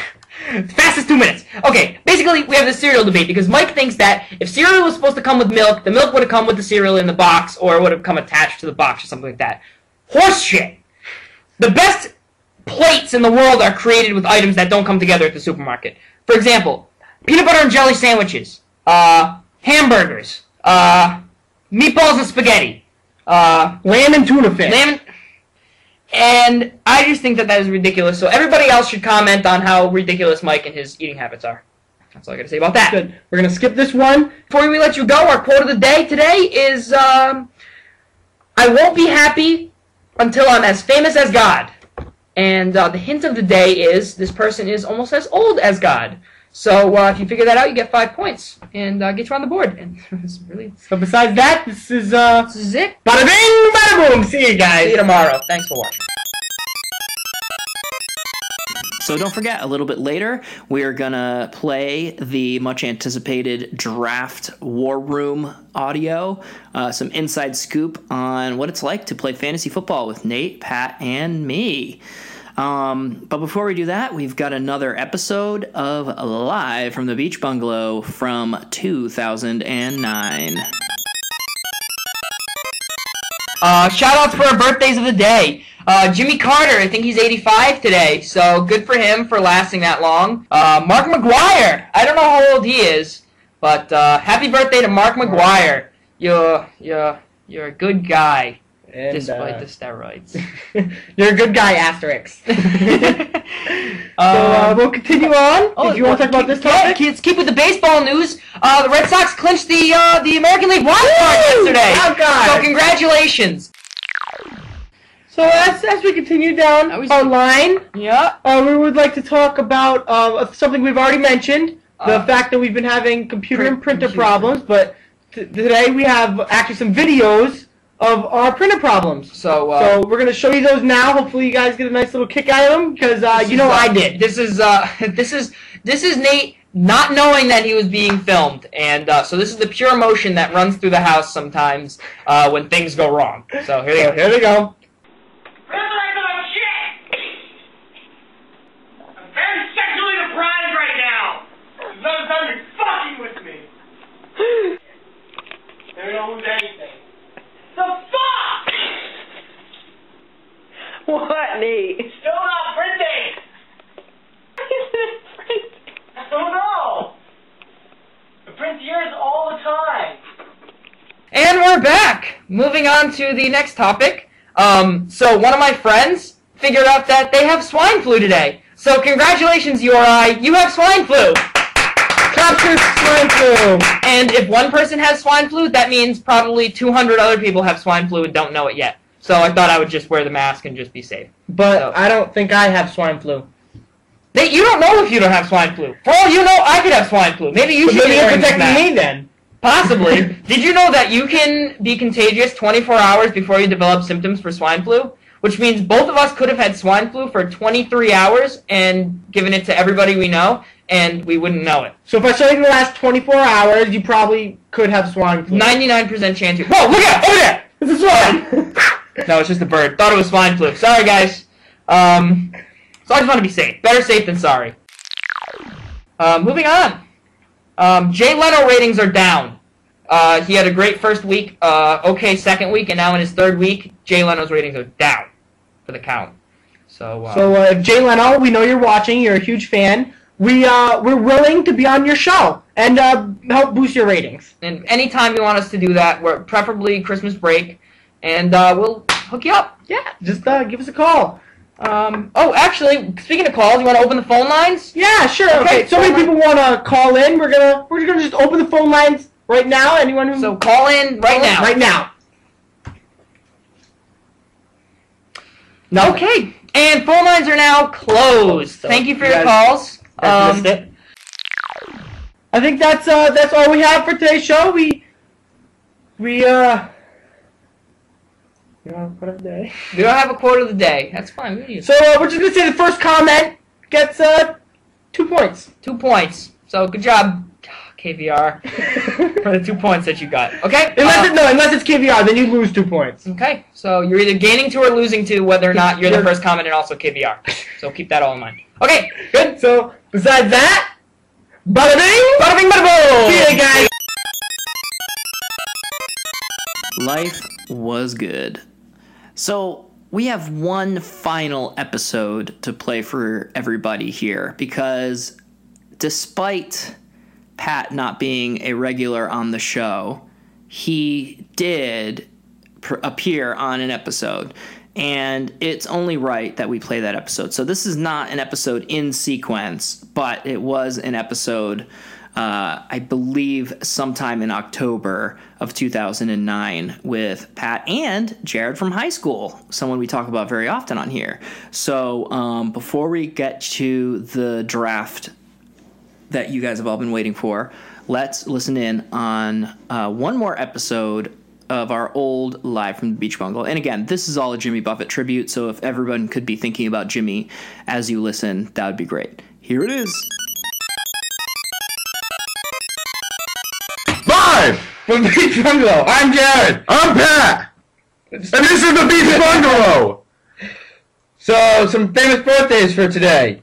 [SPEAKER 7] Fastest two minutes. Okay, basically, we have the cereal debate because Mike thinks that if cereal was supposed to come with milk, the milk would have come with the cereal in the box or would have come attached to the box or something like that. Horse shit. The best plates in the world are created with items that don't come together at the supermarket. For example, peanut butter and jelly sandwiches, uh, hamburgers, uh, meatballs and spaghetti, uh,
[SPEAKER 6] Lamb and tuna fish.
[SPEAKER 7] Lamb- And I just think that that is ridiculous. So everybody else should comment on how ridiculous Mike and his eating habits are. That's all I got to say about that.
[SPEAKER 6] Good. We're gonna skip this one.
[SPEAKER 7] Before we let you go, our quote of the day today is um, I won't be happy until I'm as famous as God. And uh, the hint of the day is this person is almost as old as God. So uh, if you figure that out, you get five points and uh, get you on the board. And [laughs] it's really,
[SPEAKER 6] So besides that, this is uh,
[SPEAKER 7] this is it.
[SPEAKER 6] bada bing, bada boom. See you guys.
[SPEAKER 7] See you tomorrow. Thanks for watching.
[SPEAKER 1] So don't forget, a little bit later, we are going to play the much anticipated draft War Room audio, uh, some inside scoop on what it's like to play fantasy football with Nate, Pat, and me. Um, but before we do that, we've got another episode of Live from the Beach Bungalow from 2009.
[SPEAKER 7] Uh, shout outs for our birthdays of the day. Uh, Jimmy Carter, I think he's 85 today, so good for him for lasting that long. Uh, Mark McGuire, I don't know how old he is, but uh, happy birthday to Mark McGuire. You're you're you're a good guy,
[SPEAKER 6] And,
[SPEAKER 7] despite
[SPEAKER 6] uh,
[SPEAKER 7] the steroids.
[SPEAKER 6] [laughs] You're a good guy,
[SPEAKER 7] [laughs]
[SPEAKER 6] asterisk. [laughs] so uh,
[SPEAKER 7] Um,
[SPEAKER 6] we'll continue on.
[SPEAKER 7] Oh,
[SPEAKER 6] Did you want to talk about this
[SPEAKER 7] yeah,
[SPEAKER 6] topic?
[SPEAKER 7] kids, keep with the baseball news. Uh, the Red Sox clinched the uh, the American League wild card yesterday.
[SPEAKER 6] Oh, God.
[SPEAKER 7] So congratulations.
[SPEAKER 6] So as, as we continue down
[SPEAKER 7] Are we-
[SPEAKER 6] our line,
[SPEAKER 7] Yeah.
[SPEAKER 6] uh, we would like to talk about uh, something we've already mentioned, the
[SPEAKER 7] Uh,
[SPEAKER 6] fact that we've been having computer
[SPEAKER 7] print-
[SPEAKER 6] and printer
[SPEAKER 7] computer.
[SPEAKER 6] problems, but t- today we have actually some videos of our printer problems.
[SPEAKER 7] So uh,
[SPEAKER 6] So we're going to show you those now. Hopefully you guys get a nice little kick out of them, because uh,
[SPEAKER 7] This
[SPEAKER 6] you
[SPEAKER 7] is,
[SPEAKER 6] know
[SPEAKER 7] uh,
[SPEAKER 6] I did.
[SPEAKER 7] This is uh, [laughs] this is this is Nate not knowing that he was being filmed, and uh, so this is the pure emotion that runs through the house sometimes uh, when things go wrong. So here they
[SPEAKER 6] So
[SPEAKER 7] go.
[SPEAKER 6] here they go.
[SPEAKER 8] I'm very sexually deprived right now. There's another time you're fucking with me. They don't lose anything. The fuck?
[SPEAKER 11] What, Nate?
[SPEAKER 8] Still not printing. I don't know. I print yours all the time.
[SPEAKER 7] And we're back. Moving on to the next topic. Um, so one of my friends figured out that they have swine flu today. So congratulations, URI, you have swine flu.
[SPEAKER 6] Clap your swine flu.
[SPEAKER 7] And if one person has swine flu, that means probably 200 other people have swine flu and don't know it yet. So I thought I would just wear the mask and just be safe.
[SPEAKER 6] But
[SPEAKER 7] So-
[SPEAKER 6] I don't think I have swine flu.
[SPEAKER 7] They, you don't know if you don't have swine flu. For all you know, I could have swine flu. Maybe you
[SPEAKER 6] But
[SPEAKER 7] should
[SPEAKER 6] maybe
[SPEAKER 7] be
[SPEAKER 6] you're
[SPEAKER 7] wearing this
[SPEAKER 6] protecting
[SPEAKER 7] mask.
[SPEAKER 6] me then.
[SPEAKER 7] Possibly. Did you know that you can be contagious 24 hours before you develop symptoms for swine flu? which means both of us could have had swine flu for 23 hours and given it to everybody we know, and we wouldn't know it.
[SPEAKER 6] So if I saw you in the last 24 hours, you probably could have swine flu.
[SPEAKER 7] 99% chance. you- Whoa, look out! Over there! It's a swan! [laughs] no, it's just a bird. Thought it was swine flu. Sorry, guys. Um, so I just want to be safe. Better safe than sorry. Uh, moving on. Um, Jay Leno ratings are down. Uh, he had a great first week, uh, okay second week, and now in his third week, Jay Leno's ratings are down for the count. So, uh,
[SPEAKER 6] So uh, if Jay Leno, we know you're watching. You're a huge fan. We uh, we're willing to be on your show and uh, help boost your ratings.
[SPEAKER 7] and anytime you want us to do that, we're preferably Christmas break, and uh, we'll hook you up.
[SPEAKER 6] Yeah, just uh, give us a call. Um,
[SPEAKER 7] Oh, actually, speaking of calls, you want to open the phone lines?
[SPEAKER 6] yeah, sure.
[SPEAKER 7] Okay,
[SPEAKER 6] Okay, so many
[SPEAKER 7] phone
[SPEAKER 6] people want to call in. We're gonna we're gonna just open the phone lines right now. Anyone who
[SPEAKER 7] So call in right now.
[SPEAKER 6] Mm-hmm. right now.
[SPEAKER 7] now. Okay. And phone lines are now closed.
[SPEAKER 6] So
[SPEAKER 7] Thank you for
[SPEAKER 6] you
[SPEAKER 7] your
[SPEAKER 6] guys-
[SPEAKER 7] calls.
[SPEAKER 6] guys
[SPEAKER 7] Um,
[SPEAKER 6] missed it. I think that's uh that's all we have for today's show. We we uh. You know, what up there?
[SPEAKER 7] we don't have a quote of the day. That's fine. We can use
[SPEAKER 6] So uh, we're just gonna say the first comment gets uh two points. [laughs]
[SPEAKER 7] two points. So good job, [sighs] KVR, for the two points that you got. Okay.
[SPEAKER 6] Unless
[SPEAKER 7] Uh,
[SPEAKER 6] it, no, unless it's KVR, then you lose two points.
[SPEAKER 7] Okay, so you're either gaining two or losing two, whether or not you're the
[SPEAKER 6] You're-
[SPEAKER 7] first comment and also KVR. So keep that all in mind. Okay, good.
[SPEAKER 6] So besides that, bada bing, bada bing, bada boom. See you guys.
[SPEAKER 1] Life was good. So, we have one final episode to play for everybody here because despite Pat not being a regular on the show, he did pr- appear on an episode. And it's only right that we play that episode. So this is not an episode in sequence, but it was an episode, uh, I believe, sometime in October of 2009 with Pat and Jared from high school, someone we talk about very often on here. So um, before we get to the draft that you guys have all been waiting for. Let's listen in on uh, one more episode of our old Live from the Beach Bungalow. And again, this is all a Jimmy Buffett tribute, so if everyone could be thinking about Jimmy as you listen, that would be great. Here it is.
[SPEAKER 8] Live from the Beach Bungalow. I'm Jared. I'm Pat. And this is the [laughs] Beach Bungalow. So, some famous birthdays for today.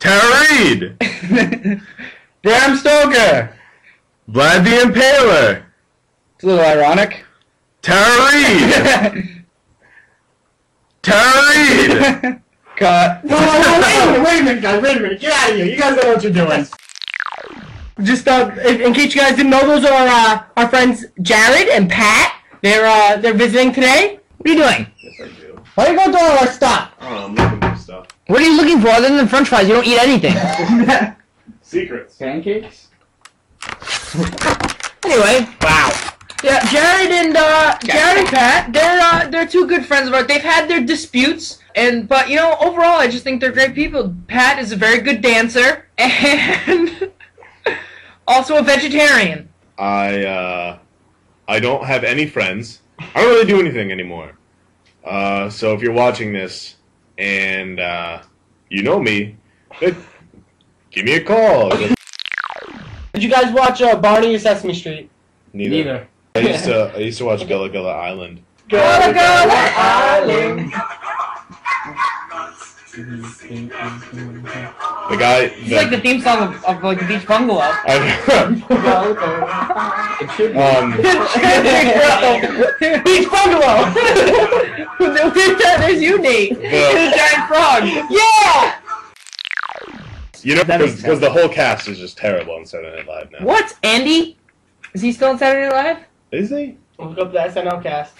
[SPEAKER 8] Tara Reid. [laughs] Bram Stoker. Vlad the Impaler. It's a little ironic. Tara [laughs] Reid. Tara Reid. Cut.
[SPEAKER 6] wait a minute, guys. Wait a minute. Get out of here. You guys know what you're doing. Just uh, in, in case you guys didn't know, those are uh, our friends Jared and Pat. They're uh, they're visiting today. What are you doing? Yes, I do. Why are you going through all our stuff?
[SPEAKER 5] I don't know, I'm looking for stuff.
[SPEAKER 6] What are you looking for other than French fries? You don't eat anything.
[SPEAKER 5] Secrets. Pancakes?
[SPEAKER 6] anyway, wow.
[SPEAKER 7] Yeah, Jared and uh, Jared and Pat, they're uh, they're two good friends of ours. They've had their disputes, and but you know, overall, I just think they're great people. Pat is a very good dancer [laughs] and also a vegetarian.
[SPEAKER 5] I, uh, I don't have any friends. I don't really do anything anymore. Uh, so if you're watching this and, uh, you know me, eh, give me a call.
[SPEAKER 6] Did you guys watch uh, Barney and Sesame Street?
[SPEAKER 5] Neither. I used to, I used to watch Gullah Gullah Island.
[SPEAKER 6] Gullah Gullah [laughs]
[SPEAKER 5] The guy,
[SPEAKER 7] It's like the theme song of, of like the Beach Bungalow.
[SPEAKER 5] [laughs] I've, um,
[SPEAKER 6] [laughs] Beach Bungalow! There's you, Nate.
[SPEAKER 5] the,
[SPEAKER 6] Giant frog. Yeah!
[SPEAKER 5] you know,
[SPEAKER 6] That makes
[SPEAKER 5] because the whole cast is just terrible on Saturday Night Live now.
[SPEAKER 7] What, Andy? Is he still on Saturday Night Live?
[SPEAKER 5] Is he?
[SPEAKER 6] Look up the SNL cast.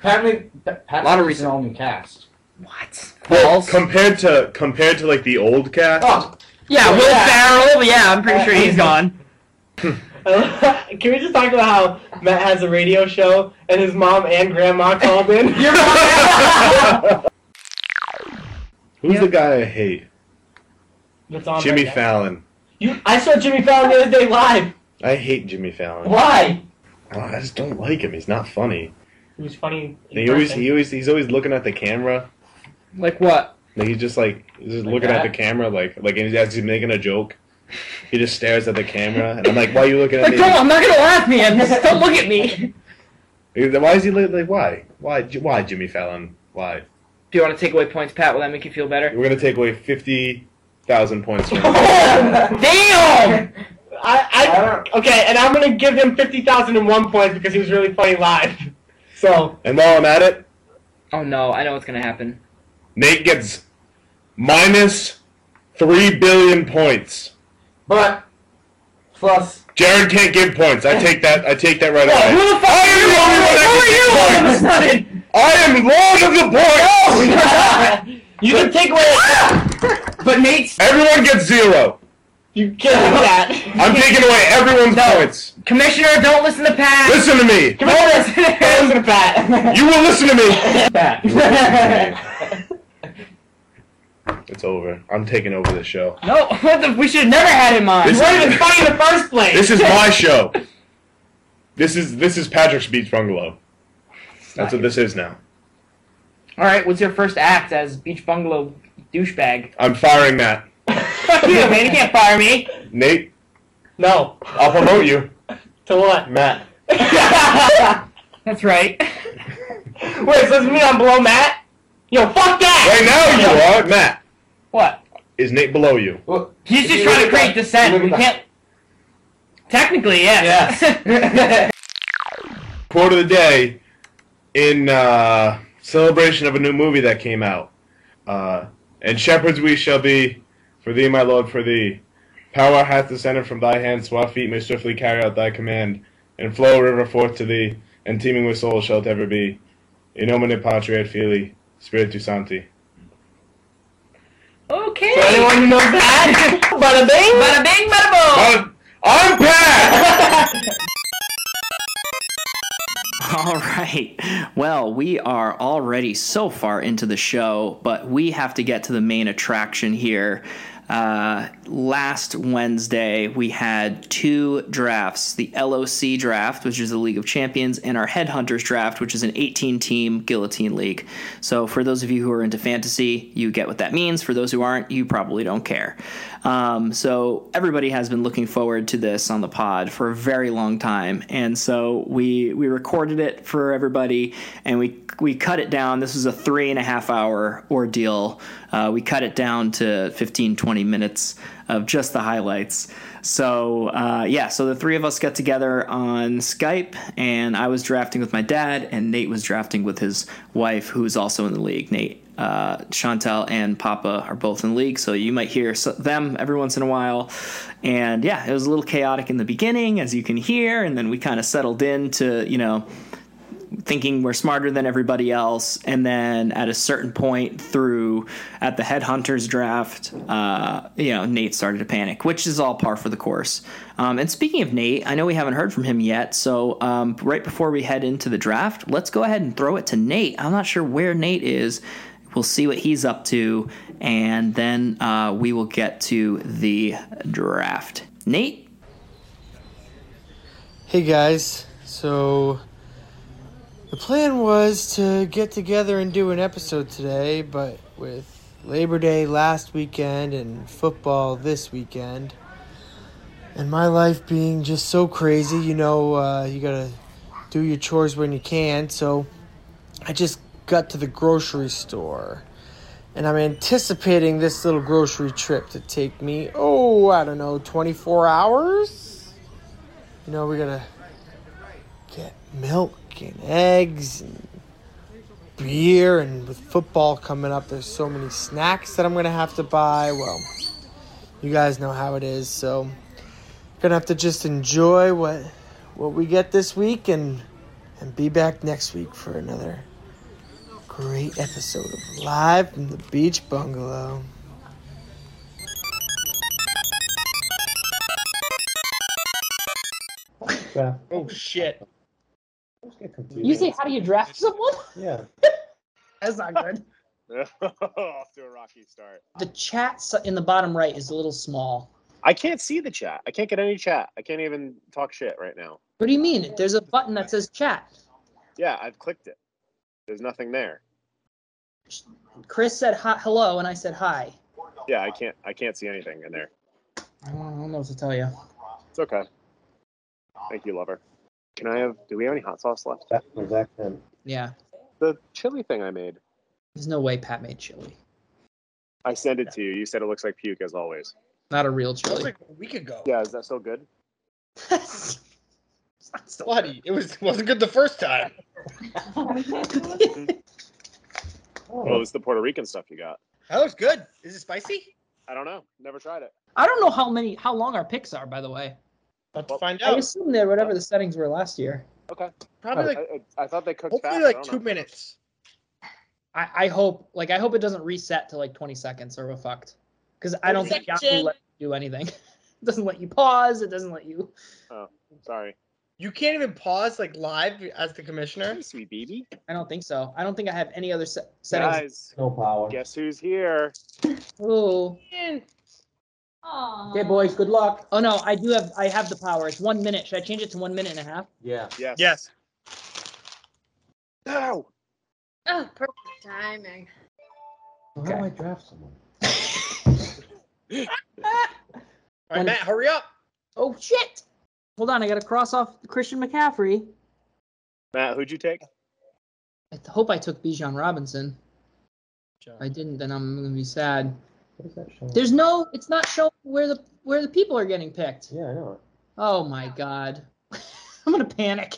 [SPEAKER 12] Pat Mc, Pat lot of reason only cast.
[SPEAKER 7] What?
[SPEAKER 5] Well, compared to compared to like the old cast,
[SPEAKER 7] Yeah, Will
[SPEAKER 6] Yeah.
[SPEAKER 7] Ferrell. Yeah, I'm pretty sure he's gone.
[SPEAKER 6] [laughs] Can we just talk about how Matt has a radio show and his mom and grandma called [laughs] in? Your
[SPEAKER 5] who's the guy I hate? Jimmy Fallon.
[SPEAKER 6] You, I saw Jimmy Fallon the other day live.
[SPEAKER 5] I hate Jimmy Fallon.
[SPEAKER 6] Why?
[SPEAKER 5] Oh, I just don't like him. He's not funny.
[SPEAKER 13] He was funny. in
[SPEAKER 5] He always
[SPEAKER 13] person.
[SPEAKER 5] he always he's always looking at the camera.
[SPEAKER 7] Like what?
[SPEAKER 5] Like he's just like he's just
[SPEAKER 13] Like
[SPEAKER 5] looking
[SPEAKER 13] that?
[SPEAKER 5] at the camera like like and as he's making a joke. He just stares at the camera and I'm like, why are you looking at
[SPEAKER 7] Like,
[SPEAKER 5] me?
[SPEAKER 7] don't, I'm not gonna laugh, man. Just don't look at [laughs] me.
[SPEAKER 5] He's like, Why is he li- like why? Why Ji- why Jimmy Fallon? Why?
[SPEAKER 7] Do you want to take away points, Pat? Will that make you feel better?
[SPEAKER 5] We're gonna take away fifty thousand points from him.
[SPEAKER 6] Damn! I, I, okay, and I'm gonna give him fifty thousand and one points because he was really funny live. So
[SPEAKER 5] And while I'm at it,
[SPEAKER 7] Oh no, I know what's gonna happen.
[SPEAKER 5] Nate gets minus three billion points.
[SPEAKER 14] But plus
[SPEAKER 5] Jared can't give points. I take that. I take that right away.
[SPEAKER 6] who the fuck are you?
[SPEAKER 5] Who
[SPEAKER 6] Who are you?
[SPEAKER 5] I am lord of the points.
[SPEAKER 6] You can take away. [laughs] But Nate's
[SPEAKER 5] Everyone gets zero.
[SPEAKER 6] you can't do that.
[SPEAKER 5] I'm taking away everyone's points.
[SPEAKER 7] Commissioner, don't listen to Pat.
[SPEAKER 5] Listen to me.
[SPEAKER 6] Come on, listen to Pat.
[SPEAKER 5] You will listen to me.
[SPEAKER 6] Pat.
[SPEAKER 5] It's over. I'm taking over this show.
[SPEAKER 7] No, what the, we should have never had him on.
[SPEAKER 5] This
[SPEAKER 6] You
[SPEAKER 5] is-
[SPEAKER 6] weren't even funny in the first
[SPEAKER 5] [laughs]
[SPEAKER 6] place.
[SPEAKER 5] This is my show. This is this is Patrick's Beach Bungalow. That's what this is now.
[SPEAKER 7] All right, what's your first act as Beach Bungalow douchebag?
[SPEAKER 5] I'm firing Matt.
[SPEAKER 6] Fuck you, man. You can't fire me.
[SPEAKER 5] Nate,
[SPEAKER 6] No.
[SPEAKER 5] I'll promote you.
[SPEAKER 6] To what?
[SPEAKER 5] Matt.
[SPEAKER 7] [laughs] That's
[SPEAKER 6] [laughs]
[SPEAKER 7] right.
[SPEAKER 6] Wait, so does it mean I'm below Matt? Yo, fuck
[SPEAKER 5] Right
[SPEAKER 6] that!
[SPEAKER 5] now you are Matt.
[SPEAKER 7] What?
[SPEAKER 5] Is Nate below you?
[SPEAKER 14] well,
[SPEAKER 7] He's just
[SPEAKER 14] you
[SPEAKER 7] trying to
[SPEAKER 14] look at
[SPEAKER 7] create
[SPEAKER 14] the-
[SPEAKER 7] dissent.
[SPEAKER 14] you
[SPEAKER 7] We
[SPEAKER 14] look at the-
[SPEAKER 7] can't. Technically, yes.
[SPEAKER 5] quote of the day in uh, celebration of a new movie that came out. Uh, and shepherds we shall be for thee, my Lord, for thee. Power hath descended from thy hand, swift feet may swiftly carry out thy command, and flow river forth to thee, and teeming with souls shalt ever be. In nomine Patri et Filii, Spiritu Sancti.
[SPEAKER 7] [laughs] okay.
[SPEAKER 6] Anyone who
[SPEAKER 7] [laughs]
[SPEAKER 6] knows that? Bada bing!
[SPEAKER 7] Bada bing, bada boom.
[SPEAKER 5] I'm Pat!
[SPEAKER 1] [laughs] All right. Well, we are already so far into the show, but we have to get to the main attraction here. Uh, last Wednesday, we had two drafts the LOC draft, which is the League of Champions, and our Headhunters draft, which is an 18 team guillotine league. So, for those of you who are into fantasy, you get what that means. For those who aren't, you probably don't care. Um, so, everybody has been looking forward to this on the pod for a very long time. And so, we, we recorded it for everybody and we, we cut it down. This was a three and a half hour ordeal. Uh, we cut it down to 15, 20 minutes of just the highlights. So, uh, yeah, so the three of us got together on Skype, and I was drafting with my dad, and Nate was drafting with his wife, who is also in the league. Nate, uh, Chantel, and Papa are both in the league, so you might hear so- them every once in a while. And yeah, it was a little chaotic in the beginning, as you can hear, and then we kind of settled into, you know, thinking we're smarter than everybody else and then at a certain point through at the headhunters draft uh, you know nate started to panic which is all par for the course um, and speaking of nate i know we haven't heard from him yet so um, right before we head into the draft let's go ahead and throw it to nate i'm not sure where nate is we'll see what he's up to and then uh, we will get to the draft nate
[SPEAKER 15] Hey guys, so the plan was to get together and do an episode today, but with Labor Day last weekend and football this weekend, and my life being just so crazy, you know, uh, you gotta do your chores when you can, so I just got to the grocery store. And I'm anticipating this little grocery trip to take me, oh, I don't know, 24 hours? You know, we're gonna get milk and eggs and beer, and with football coming up, there's so many snacks that I'm gonna have to buy. Well, you guys know how it is, so gonna have to just enjoy what what we get this week and and be back next week for another great episode of Live from the Beach Bungalow.
[SPEAKER 7] Oh shit.
[SPEAKER 16] You say, how do you draft someone?
[SPEAKER 14] Yeah.
[SPEAKER 13] That's not good.
[SPEAKER 17] [laughs] Off to a rocky start.
[SPEAKER 13] The chat s- in the bottom right is a little small.
[SPEAKER 17] I can't see the chat. I can't get any chat. I can't even talk shit right now.
[SPEAKER 13] What do you mean? There's a button that says chat.
[SPEAKER 5] Yeah, I've clicked it. There's nothing there.
[SPEAKER 7] Chris said hi, hello, and I said hi.
[SPEAKER 5] Yeah, I can't. I can't see anything in there.
[SPEAKER 7] I don't, I don't know what to tell you.
[SPEAKER 5] It's okay. Thank you, lover. Can I have? Do we have any hot sauce left?
[SPEAKER 7] Yeah,
[SPEAKER 5] The chili thing I made.
[SPEAKER 7] there's no way Pat made chili.
[SPEAKER 5] I sent it to you. You said it looks like puke as always.
[SPEAKER 7] Not a real chili.
[SPEAKER 5] a week ago. Yeah, is that still good?
[SPEAKER 15] It's bloody. It was it wasn't good the first time.
[SPEAKER 7] Oh.
[SPEAKER 5] Well, it's the Puerto Rican stuff you got.
[SPEAKER 15] That looks good. Is it spicy?
[SPEAKER 5] I don't know. Never tried it.
[SPEAKER 7] I don't know how many, how long our picks are, by the way.
[SPEAKER 15] About to find
[SPEAKER 7] I
[SPEAKER 15] out.
[SPEAKER 7] assume they're whatever the settings were last year.
[SPEAKER 5] Oh. Okay.
[SPEAKER 15] Probably like
[SPEAKER 5] I, I thought they cooked
[SPEAKER 15] hopefully
[SPEAKER 5] fast. I
[SPEAKER 15] like
[SPEAKER 5] don't
[SPEAKER 15] two
[SPEAKER 5] know.
[SPEAKER 15] minutes.
[SPEAKER 7] I, I hope, like, I hope it doesn't reset to like 20 seconds or we're fucked. Because I don't think Yahoo
[SPEAKER 15] Section.
[SPEAKER 7] let you do anything. [laughs] it doesn't let you pause. It doesn't let you.
[SPEAKER 5] Oh, sorry.
[SPEAKER 15] You can't even pause like live as the commissioner.
[SPEAKER 5] Sweet baby.
[SPEAKER 7] I don't think so. I don't think I have any other se- settings.
[SPEAKER 5] Guys,
[SPEAKER 15] No power.
[SPEAKER 5] guess who's here?
[SPEAKER 7] Ooh.
[SPEAKER 18] Aww.
[SPEAKER 7] Okay, boys. Good luck. Oh no, I do have. I have the power. It's one minute. Should I change it to one minute and a half?
[SPEAKER 15] Yeah.
[SPEAKER 5] Yes.
[SPEAKER 15] Yes.
[SPEAKER 5] No.
[SPEAKER 9] Oh, perfect timing.
[SPEAKER 15] How do I draft someone? All right, Matt, hurry up.
[SPEAKER 7] Oh shit! Hold on, I gotta cross off Christian McCaffrey.
[SPEAKER 5] Matt, who'd you take?
[SPEAKER 7] I th- hope I took Bijan Robinson. If I didn't, then I'm gonna be sad. There's no. It's not showing where the where the people are getting picked.
[SPEAKER 15] Yeah, I know.
[SPEAKER 7] Oh my god. [laughs] I'm gonna panic.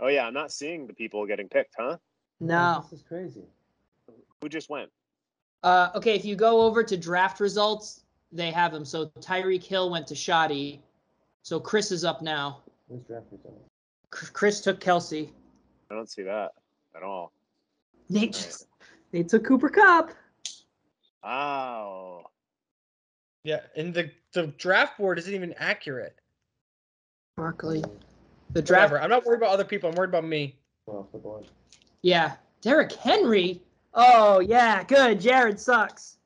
[SPEAKER 5] Oh yeah, I'm not seeing the people getting picked, huh?
[SPEAKER 7] No.
[SPEAKER 15] This is crazy.
[SPEAKER 5] Who just went?
[SPEAKER 7] Uh, okay, if you go over to draft results, they have them. So Tyreek Hill went to Shoddy. So Chris is up now.
[SPEAKER 15] Who's drafting someone?
[SPEAKER 7] C- Chris took Kelsey.
[SPEAKER 5] I don't see that at all.
[SPEAKER 7] Nate just they took Cooper Cup.
[SPEAKER 5] Oh.
[SPEAKER 15] Yeah, and the, the draft board isn't even accurate.
[SPEAKER 7] Barkley. The draft.
[SPEAKER 15] Whatever. I'm not worried about other people. I'm worried about me.
[SPEAKER 7] Yeah. Derek Henry. Oh yeah, good. Jared sucks.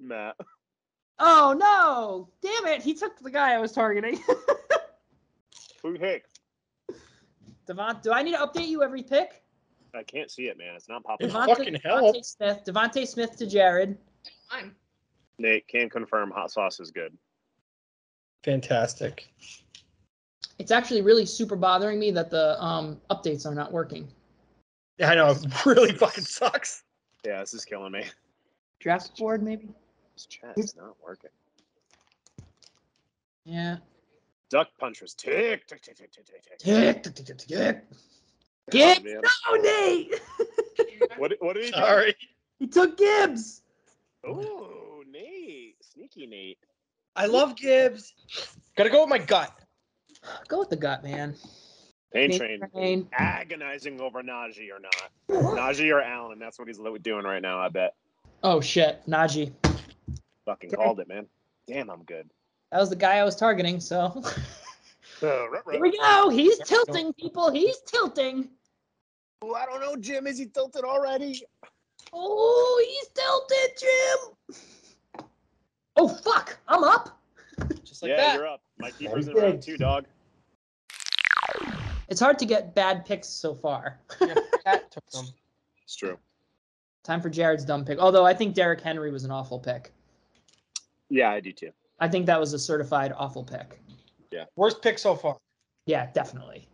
[SPEAKER 5] Matt. [laughs]
[SPEAKER 7] Oh no. Damn it. He took the guy I was targeting. [laughs]
[SPEAKER 5] Who picked?
[SPEAKER 7] Devon, do I need to update you every pick?
[SPEAKER 5] I can't see it, man. It's not popping up.
[SPEAKER 7] Devontae, Devontae Smith. Devontae Smith to Jared.
[SPEAKER 5] Nate can confirm hot sauce is good.
[SPEAKER 15] Fantastic.
[SPEAKER 7] It's actually really super bothering me that the um, updates are not working.
[SPEAKER 15] Yeah, I know. It really fucking sucks.
[SPEAKER 5] Yeah, this is killing me.
[SPEAKER 7] Draft board, maybe?
[SPEAKER 5] This chat is not working.
[SPEAKER 7] Yeah.
[SPEAKER 5] Duck punchers. Tick, tick, tick, tick, tick, tick, Oh, tick.
[SPEAKER 7] Tick, tick, tick, tick, tick, tick.
[SPEAKER 5] Get
[SPEAKER 7] Gibbs? No, Nate! [laughs]
[SPEAKER 5] What, what did he do?
[SPEAKER 7] He took Gibbs!
[SPEAKER 5] Ooh, Oh, Nate. Sneaky Nate.
[SPEAKER 15] I love Gibbs. Gotta go with my gut.
[SPEAKER 7] Go with the gut, man.
[SPEAKER 5] Pain
[SPEAKER 7] Nate
[SPEAKER 5] train.
[SPEAKER 7] Train.
[SPEAKER 5] Agonizing over Najee or
[SPEAKER 7] [laughs]
[SPEAKER 5] not. Najee or Allen. That's what he's li- doing right now, I bet.
[SPEAKER 7] Oh, shit. Najee.
[SPEAKER 5] Fucking called it, man. Damn, I'm good.
[SPEAKER 7] That was the guy I was targeting, so.
[SPEAKER 5] Uh, ruh, ruh.
[SPEAKER 7] Here we go! [laughs] He's tilting, people! He's tilting!
[SPEAKER 5] Ooh, I don't know, Jim. Is he tilted already?
[SPEAKER 7] Oh, he's tilted, Jim! Oh, fuck! I'm up!
[SPEAKER 15] Just
[SPEAKER 5] yeah, you're up. My keeper's in round two, dog.
[SPEAKER 7] It's hard to get bad picks so far. [laughs]
[SPEAKER 5] It's true.
[SPEAKER 7] Time for Jared's dumb pick. Although I think Derrick Henry was an awful pick.
[SPEAKER 5] Yeah, I do too.
[SPEAKER 7] I think that was a certified awful pick.
[SPEAKER 15] Worst pick so far.
[SPEAKER 7] Yeah, definitely.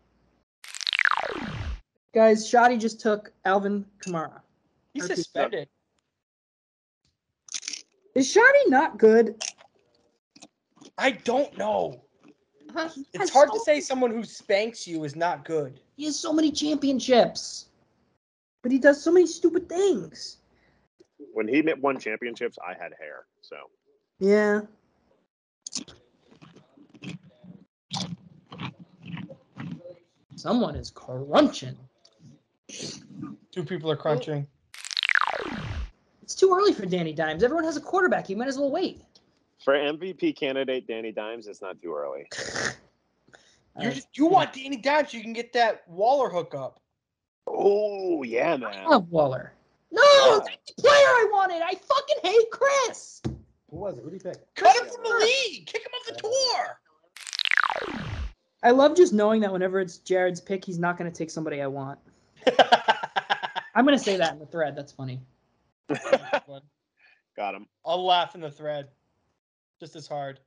[SPEAKER 7] Guys, Shoddy just took Alvin Kamara.
[SPEAKER 15] He's
[SPEAKER 7] RP.
[SPEAKER 15] suspended.
[SPEAKER 7] Is Shoddy not good?
[SPEAKER 15] I don't know.
[SPEAKER 7] He
[SPEAKER 15] It's
[SPEAKER 7] has
[SPEAKER 15] hard
[SPEAKER 7] so-
[SPEAKER 15] to say someone who spanks you is not good.
[SPEAKER 7] He has so many championships, but he does so many stupid things.
[SPEAKER 5] When he met- won championships, I had hair. So
[SPEAKER 7] Yeah. Someone is crunching.
[SPEAKER 15] Two people are crunching.
[SPEAKER 7] It's too early for Danny Dimes. Everyone has a quarterback. You might as well wait.
[SPEAKER 5] for MVP candidate Danny Dimes, it's not too early.
[SPEAKER 15] You just, you want Danny Dimes, so you can get that Waller hookup.
[SPEAKER 5] Oh yeah, man.
[SPEAKER 7] I love Waller. No, that's the player I wanted. I fucking hate Chris.
[SPEAKER 15] Who was it? Who did he pick? Cut him from the league. Kick him off the tour.
[SPEAKER 7] I love just knowing that whenever it's Jared's pick, he's not going to take somebody I want. I'm going to say that in the thread. That's funny.
[SPEAKER 5] Got him.
[SPEAKER 15] I'll laugh in the thread. Just as hard.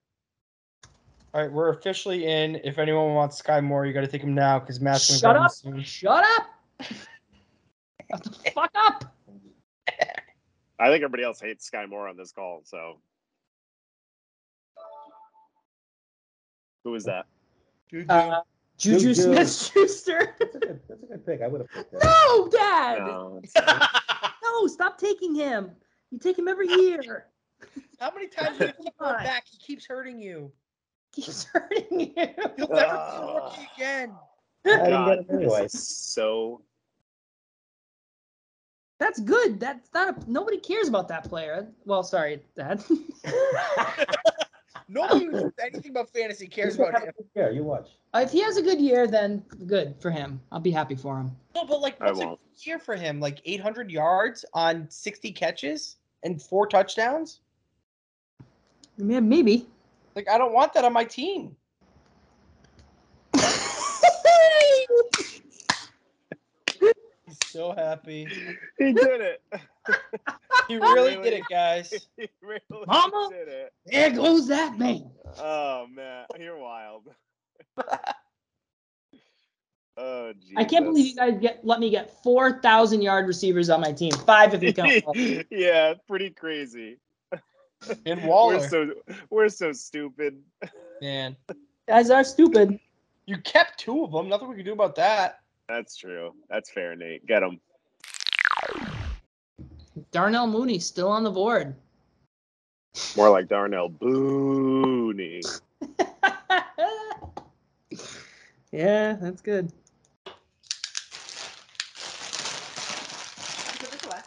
[SPEAKER 15] All right, we're officially in. If anyone wants Sky Moore, you got to take him now because Matt's going to
[SPEAKER 7] Shut
[SPEAKER 15] grab him
[SPEAKER 7] up.
[SPEAKER 15] soon.
[SPEAKER 7] Shut up. Shut the fuck up.
[SPEAKER 5] I think everybody else hates Sky Moore on this call. So, who is that?
[SPEAKER 7] Uh,
[SPEAKER 5] Juju.
[SPEAKER 7] Juju Smith Schuster.
[SPEAKER 6] That's a good pick. I would have picked that.
[SPEAKER 7] [laughs] No, Dad.
[SPEAKER 5] No,
[SPEAKER 7] [laughs] No, stop taking him. You take him every year.
[SPEAKER 15] How many times do you keep going back? He keeps hurting you.
[SPEAKER 7] Keeps hurting you.
[SPEAKER 15] You'll never be lucky
[SPEAKER 7] [laughs]
[SPEAKER 15] again.
[SPEAKER 6] I didn't
[SPEAKER 5] Ah. God,
[SPEAKER 6] get it anyway.
[SPEAKER 5] this is so
[SPEAKER 7] That's good. That's not a, nobody cares about that player. Well, sorry, Dad. [laughs]
[SPEAKER 15] Nobody who knows anything about fantasy cares about
[SPEAKER 7] [laughs]
[SPEAKER 15] him.
[SPEAKER 6] Yeah, you watch.
[SPEAKER 7] Uh, if he has a good year, then good for him. I'll be happy for him.
[SPEAKER 15] No, but like,
[SPEAKER 7] I
[SPEAKER 15] what's a
[SPEAKER 7] won't.
[SPEAKER 15] year for him? Like 800 yards on 60 catches and four touchdowns?
[SPEAKER 7] Yeah, maybe.
[SPEAKER 15] Like, I don't want that on my team. He's so happy.
[SPEAKER 5] He did it.
[SPEAKER 15] He really did it, guys.
[SPEAKER 5] [laughs] He really
[SPEAKER 7] Mama,
[SPEAKER 5] did it.
[SPEAKER 7] there goes that man.
[SPEAKER 5] Oh man, you're
[SPEAKER 7] [laughs]
[SPEAKER 5] wild. oh Jesus.
[SPEAKER 7] I can't believe you guys get let me get four thousand yard receivers on my team. Five if you count. Waller.
[SPEAKER 5] [laughs] yeah, pretty crazy.
[SPEAKER 15] And Waller.
[SPEAKER 5] [laughs] We're so we're so stupid.
[SPEAKER 15] Man,
[SPEAKER 7] guys are stupid.
[SPEAKER 15] You kept two of them. Nothing we can do about that.
[SPEAKER 5] That's true. That's fair, Nate. Get him.
[SPEAKER 7] Darnell Mooney still on the board.
[SPEAKER 5] More like Darnell Booney.
[SPEAKER 7] Yeah, that's good.
[SPEAKER 9] Put this away.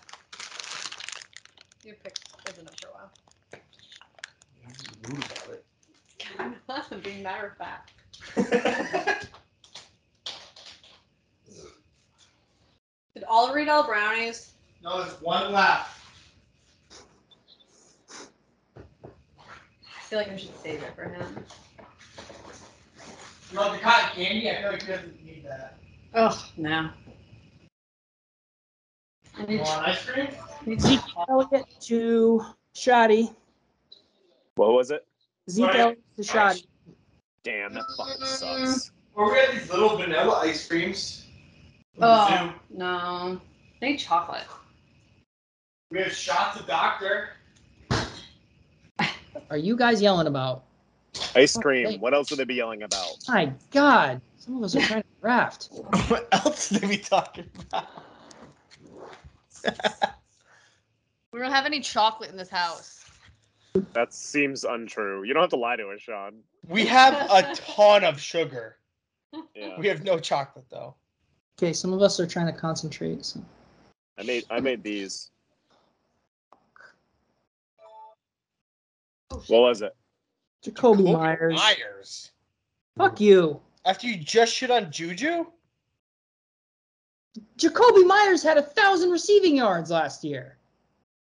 [SPEAKER 9] Your pick isn't up for a while. [laughs] I'm not I'm being matter of fact. Did all read all brownies?
[SPEAKER 15] No, there's one left.
[SPEAKER 9] I feel like I should save it for him.
[SPEAKER 15] You want the cotton candy? I feel like he doesn't need that.
[SPEAKER 9] Oh no. I need
[SPEAKER 15] cream?
[SPEAKER 7] Zeke Elliott to Shoddy.
[SPEAKER 5] What was it?
[SPEAKER 7] Zeke Elliott to Shoddy.
[SPEAKER 5] Damn, that fucking sucks.
[SPEAKER 15] Or we have these little vanilla ice creams.
[SPEAKER 9] Oh no. I need chocolate.
[SPEAKER 15] We have shots of Doctor.
[SPEAKER 7] Are you guys yelling about? Oh,
[SPEAKER 5] Ice cream. What else would they be yelling about?
[SPEAKER 7] My God, some of us are trying to draft.
[SPEAKER 15] what else did we talk about?
[SPEAKER 9] We don't have any chocolate in this house.
[SPEAKER 5] That seems untrue. You don't have to lie to us, Sean.
[SPEAKER 15] We have
[SPEAKER 7] [laughs]
[SPEAKER 15] a ton of sugar.
[SPEAKER 5] Yeah.
[SPEAKER 15] We have no chocolate though.
[SPEAKER 7] Okay, some of us are trying to concentrate. So.
[SPEAKER 5] I made I made these. What was it?
[SPEAKER 7] Jacoby Myers.
[SPEAKER 15] Myers.
[SPEAKER 7] Fuck you.
[SPEAKER 15] After you just shit on Juju?
[SPEAKER 7] Jacoby Myers had a thousand receiving yards last year,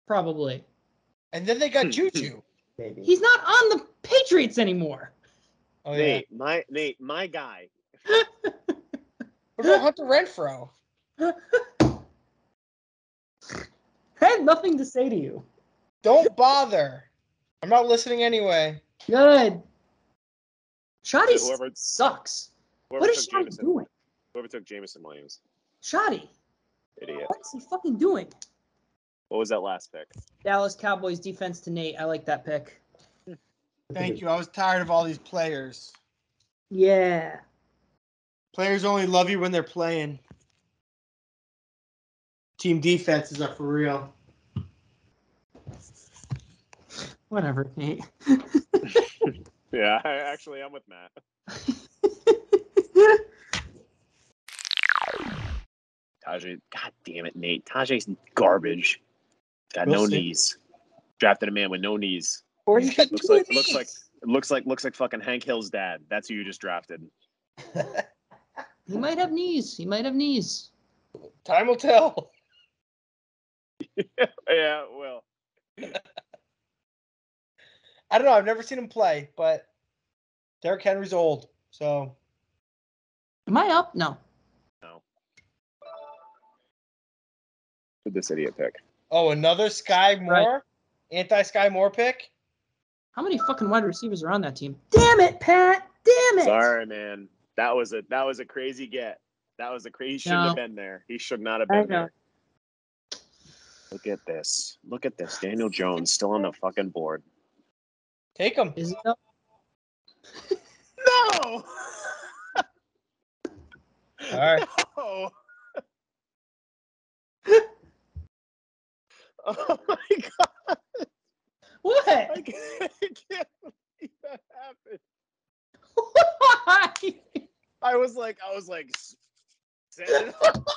[SPEAKER 7] probably.
[SPEAKER 15] And then they got Juju.
[SPEAKER 6] Maybe.
[SPEAKER 7] He's not on the Patriots anymore.
[SPEAKER 15] Oh yeah.
[SPEAKER 5] Nate, my Nate, my guy.
[SPEAKER 15] What about Hunter Renfro?
[SPEAKER 7] [laughs] I had nothing to say to you.
[SPEAKER 15] Don't bother. I'm not listening anyway.
[SPEAKER 7] Good. Shoddy
[SPEAKER 5] Whoever-
[SPEAKER 7] sucks.
[SPEAKER 5] Whoever
[SPEAKER 7] What
[SPEAKER 5] took
[SPEAKER 7] is Shoddy
[SPEAKER 5] Jameson.
[SPEAKER 7] doing?
[SPEAKER 5] Whoever took Jameson Williams.
[SPEAKER 7] Shoddy,
[SPEAKER 5] Idiot.
[SPEAKER 7] what is he fucking doing?
[SPEAKER 5] What was that last pick?
[SPEAKER 7] Dallas Cowboys defense to Nate. I like that pick.
[SPEAKER 15] Thank you. I was tired of all these players.
[SPEAKER 7] Yeah.
[SPEAKER 15] Players only love you when they're playing. Team defenses are for real.
[SPEAKER 7] Whatever, Nate.
[SPEAKER 5] Yeah, [laughs] I, actually I'm with
[SPEAKER 15] [laughs]
[SPEAKER 5] Matt. Tajay, god damn it, Nate. Tajay's garbage. Got no
[SPEAKER 15] We'll see.
[SPEAKER 5] knees. Drafted a man with no knees.
[SPEAKER 15] Or he's got
[SPEAKER 5] Looks
[SPEAKER 15] two
[SPEAKER 5] like
[SPEAKER 15] of
[SPEAKER 5] looks
[SPEAKER 15] these. [laughs]
[SPEAKER 5] like looks like looks like fucking Hank Hill's dad. That's who you just drafted.
[SPEAKER 7] He might have knees. He might have knees.
[SPEAKER 15] Time will tell.
[SPEAKER 5] yeah, well.
[SPEAKER 15] I don't know. I've never seen him play, but Derrick Henry's old, so
[SPEAKER 19] Am I up? No.
[SPEAKER 5] Did this idiot pick?
[SPEAKER 15] Oh, another Sky Moore? Anti Sky Moore pick?
[SPEAKER 19] How many fucking wide receivers are on that team? Damn it, Pat! Damn it!
[SPEAKER 5] Sorry, man. That was a that was a crazy get. That was a crazy. He shouldn't
[SPEAKER 19] No.
[SPEAKER 5] have been there. He should not have
[SPEAKER 19] I
[SPEAKER 5] been
[SPEAKER 19] know.
[SPEAKER 5] there. Look at this. Look at this. Daniel Jones still on the fucking board.
[SPEAKER 15] Take him.
[SPEAKER 19] Is it up?
[SPEAKER 5] No.
[SPEAKER 15] All right.
[SPEAKER 5] No. oh my god.
[SPEAKER 19] What?
[SPEAKER 5] I can't, I can't believe that happened.
[SPEAKER 19] Why?
[SPEAKER 5] I was like, I was like, s- set it up.
[SPEAKER 15] [laughs]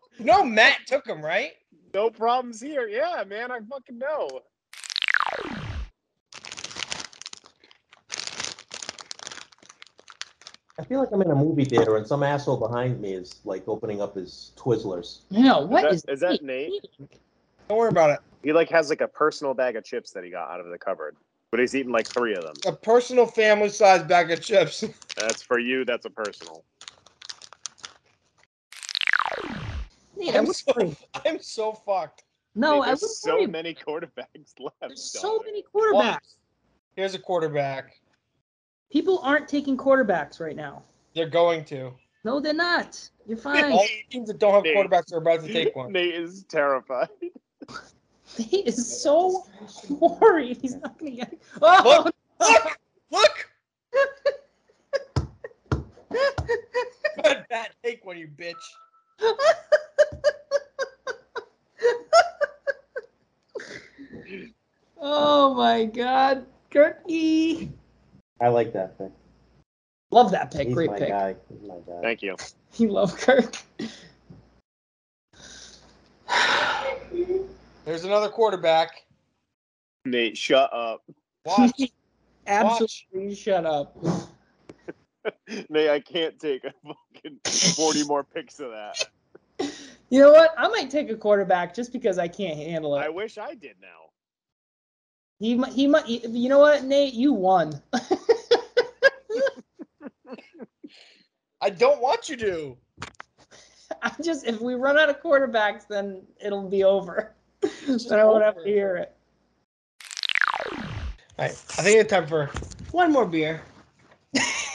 [SPEAKER 5] [laughs]
[SPEAKER 15] No, Matt took him, right?
[SPEAKER 5] no problems here. Yeah, man, I fucking know.
[SPEAKER 20] I feel like I'm in a movie theater and some asshole behind me is like opening up his Twizzlers.
[SPEAKER 19] No,
[SPEAKER 5] what is that, is that Nate?
[SPEAKER 15] Don't worry about it.
[SPEAKER 5] He like has like a personal bag of chips that he got out of the cupboard, but he's eaten like three of them.
[SPEAKER 15] A personal family size bag of [laughs] chips.
[SPEAKER 5] That's for you. That's a personal.
[SPEAKER 15] I'm so, I'm so fucked.
[SPEAKER 19] Oh,
[SPEAKER 5] Nate, there's so many quarterbacks [laughs] left.
[SPEAKER 19] So
[SPEAKER 5] dog.
[SPEAKER 19] many quarterbacks.
[SPEAKER 15] Here's a quarterback.
[SPEAKER 19] People aren't taking quarterbacks right now.
[SPEAKER 15] They're going to.
[SPEAKER 19] No, they're not. You're fine.
[SPEAKER 15] All teams that don't have
[SPEAKER 19] Nate.
[SPEAKER 15] quarterbacks are about to take one.
[SPEAKER 5] Nate is terrified. [laughs]
[SPEAKER 19] [laughs] He is so worried. He's not gonna get. Oh,
[SPEAKER 15] look! Look!
[SPEAKER 19] [laughs]
[SPEAKER 15] Good bat take one, you bitch.
[SPEAKER 19] oh my God, Kirky.
[SPEAKER 20] I like that pick.
[SPEAKER 19] Love that pick.
[SPEAKER 20] He's
[SPEAKER 19] Great
[SPEAKER 20] my
[SPEAKER 19] pick.
[SPEAKER 20] guy. He's my guy.
[SPEAKER 5] Thank you.
[SPEAKER 19] You love Kirk.
[SPEAKER 15] There's another quarterback.
[SPEAKER 5] Nate, shut up. [laughs]
[SPEAKER 15] Watch.
[SPEAKER 19] Absolutely, shut up.
[SPEAKER 5] Nate, I can't take a fucking
[SPEAKER 19] [laughs]
[SPEAKER 5] forty more picks of that.
[SPEAKER 19] You know what? I might take a quarterback just because I can't handle it.
[SPEAKER 5] I wish I did now.
[SPEAKER 19] He might. He might. You know what, Nate? You won.
[SPEAKER 15] I don't want you to.
[SPEAKER 19] I just if we run out of quarterbacks, then it'll be over. then I won't have to hear it.
[SPEAKER 15] All right, I think it's time for one more beer.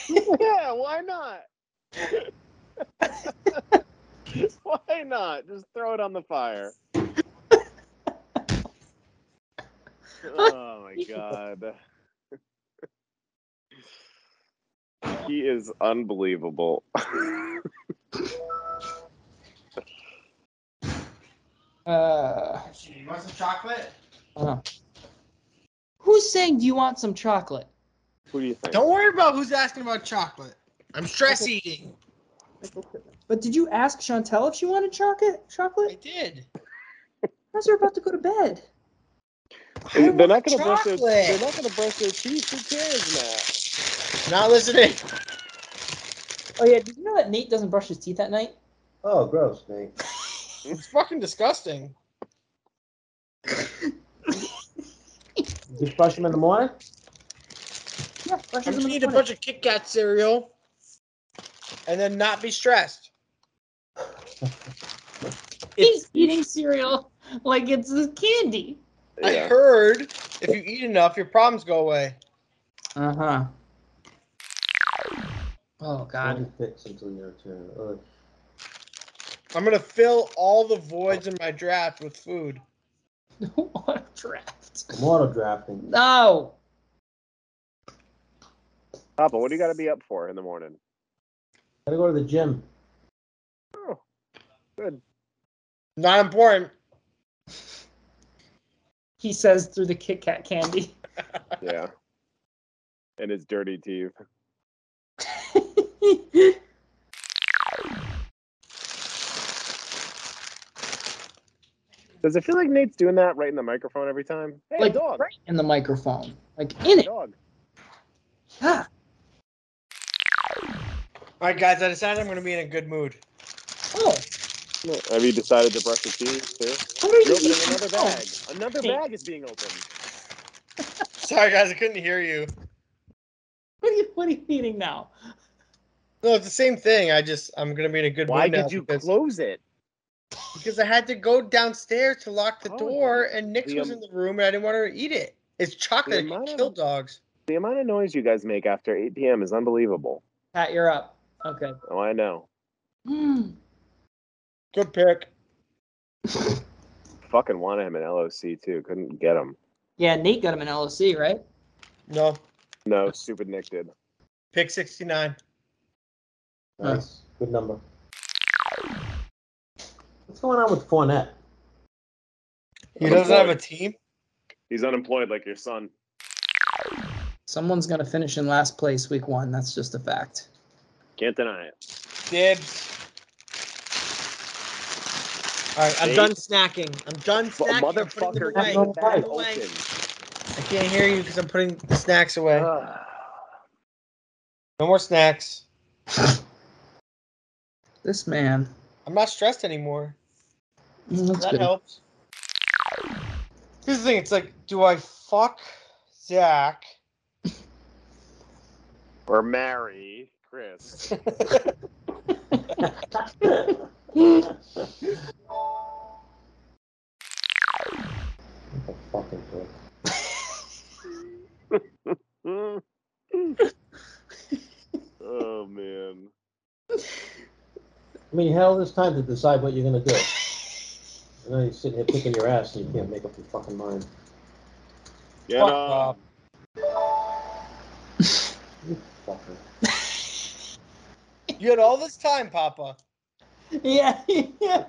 [SPEAKER 5] yeah, why not? [laughs] why not? Just throw it on the fire. oh my god. [laughs] he is unbelievable. [laughs]
[SPEAKER 19] Uh,
[SPEAKER 15] You want some chocolate?
[SPEAKER 19] who's saying? Do you want some chocolate?
[SPEAKER 5] Who do you think?
[SPEAKER 15] Don't worry about who's asking about chocolate. I'm stress eating.
[SPEAKER 19] But did you ask Chantel if she wanted chocolate? Chocolate? I
[SPEAKER 15] did.
[SPEAKER 19] Guys are about to go to bed.
[SPEAKER 5] They're not gonna
[SPEAKER 19] want
[SPEAKER 5] brush their,
[SPEAKER 19] chocolate.
[SPEAKER 5] they're not gonna brush their teeth. Who cares, Matt?
[SPEAKER 15] Not listening.
[SPEAKER 19] Oh yeah, did you know that Nate doesn't brush his teeth at night?
[SPEAKER 20] Oh, gross, Nate.
[SPEAKER 15] It's fucking disgusting.
[SPEAKER 20] Just brush him in the morning.
[SPEAKER 19] Yeah, brush
[SPEAKER 15] I'm
[SPEAKER 19] them in
[SPEAKER 15] gonna
[SPEAKER 19] the
[SPEAKER 15] eat a
[SPEAKER 19] morning.
[SPEAKER 15] bunch of Kit Kat cereal and then not be stressed.
[SPEAKER 19] He's eating cereal like it's a candy.
[SPEAKER 15] I heard if you eat enough, your problems go away.
[SPEAKER 19] Uh
[SPEAKER 7] Uh-huh.
[SPEAKER 19] huh. Oh God.
[SPEAKER 20] Fix until your turn. Ugh.
[SPEAKER 15] I'm gonna fill all the voids in my draft with food.
[SPEAKER 19] [laughs] draft.
[SPEAKER 20] I'm auto drafting.
[SPEAKER 19] No.
[SPEAKER 5] Papa, what do you gotta be up for in the morning?
[SPEAKER 20] Gotta go to the gym.
[SPEAKER 5] Good.
[SPEAKER 15] Not important.
[SPEAKER 19] He says through the Kit Kat candy.
[SPEAKER 5] Yeah. And his dirty teeth. Does it feel like Nate's doing that right in the microphone every time? Hey,
[SPEAKER 19] like
[SPEAKER 5] dog.
[SPEAKER 19] right in the microphone. Like in it.
[SPEAKER 5] Dog.
[SPEAKER 19] Ah,
[SPEAKER 15] All right, guys, I decided I'm gonna be in a good mood. [laughs]
[SPEAKER 19] oh.
[SPEAKER 5] Have you decided to brush your teeth too?
[SPEAKER 19] Somebody
[SPEAKER 5] You're
[SPEAKER 19] just
[SPEAKER 5] opening
[SPEAKER 19] used
[SPEAKER 5] another
[SPEAKER 19] my phone.
[SPEAKER 5] bag. Another bag is being opened.
[SPEAKER 15] Sorry, guys, I couldn't hear you.
[SPEAKER 19] What are you what are you eating now?
[SPEAKER 15] No, it's the same thing. I just I'm gonna be in a good
[SPEAKER 5] Why
[SPEAKER 15] mood now
[SPEAKER 5] did you
[SPEAKER 15] because,
[SPEAKER 5] close it?
[SPEAKER 15] because I had to go downstairs to lock the door, and Nick's
[SPEAKER 5] the,
[SPEAKER 15] was
[SPEAKER 5] um,
[SPEAKER 15] in the room, and I didn't want her to eat it. It's
[SPEAKER 5] The
[SPEAKER 15] chocolate. It
[SPEAKER 5] amount
[SPEAKER 15] could
[SPEAKER 5] of-
[SPEAKER 15] kill dogs.
[SPEAKER 5] The amount of noise you guys make after 8 p.m. is unbelievable.
[SPEAKER 19] Pat, you're up. Okay.
[SPEAKER 5] Oh, I know.
[SPEAKER 15] Good pick.
[SPEAKER 5] Fucking wanted him in LOC too. Couldn't get him.
[SPEAKER 19] Yeah, Nate got him an LLC, right?
[SPEAKER 15] No.
[SPEAKER 5] No, stupid Nick did.
[SPEAKER 15] Pick 69.
[SPEAKER 20] Nice. Good number. What's going on
[SPEAKER 19] [laughs]
[SPEAKER 20] with Fournette?
[SPEAKER 15] He doesn't have a team.
[SPEAKER 5] He's unemployed like your son.
[SPEAKER 19] Someone's gonna finish in last place week one. That's just a fact.
[SPEAKER 5] Can't deny it.
[SPEAKER 15] Dibs. All right, I'm
[SPEAKER 5] See?
[SPEAKER 15] done snacking. I'm done
[SPEAKER 5] But
[SPEAKER 15] snacking. I'm putting them
[SPEAKER 5] motherfucker,
[SPEAKER 15] away.
[SPEAKER 5] keep
[SPEAKER 15] I'm
[SPEAKER 5] the
[SPEAKER 15] putting
[SPEAKER 5] bag
[SPEAKER 15] them away.
[SPEAKER 5] open.
[SPEAKER 15] I can't hear you because I'm putting the snacks away. no more snacks.
[SPEAKER 19] This man.
[SPEAKER 15] I'm not stressed anymore.
[SPEAKER 19] Mm, that's
[SPEAKER 15] that
[SPEAKER 19] good.
[SPEAKER 15] helps. Here's the thing: it's like, do I fuck Zach?
[SPEAKER 5] Or marry Chris.
[SPEAKER 20] Fucking prick.
[SPEAKER 5] oh man.
[SPEAKER 20] I mean, you had all this time to decide what
[SPEAKER 19] [laughs]
[SPEAKER 20] you're gonna do. And now you're sitting here kicking your ass and you can't make up your fucking mind.
[SPEAKER 5] Get
[SPEAKER 20] Fuck
[SPEAKER 5] him.
[SPEAKER 20] off. You fucker.
[SPEAKER 15] You had all this time, Papa.
[SPEAKER 19] Yeah, yeah.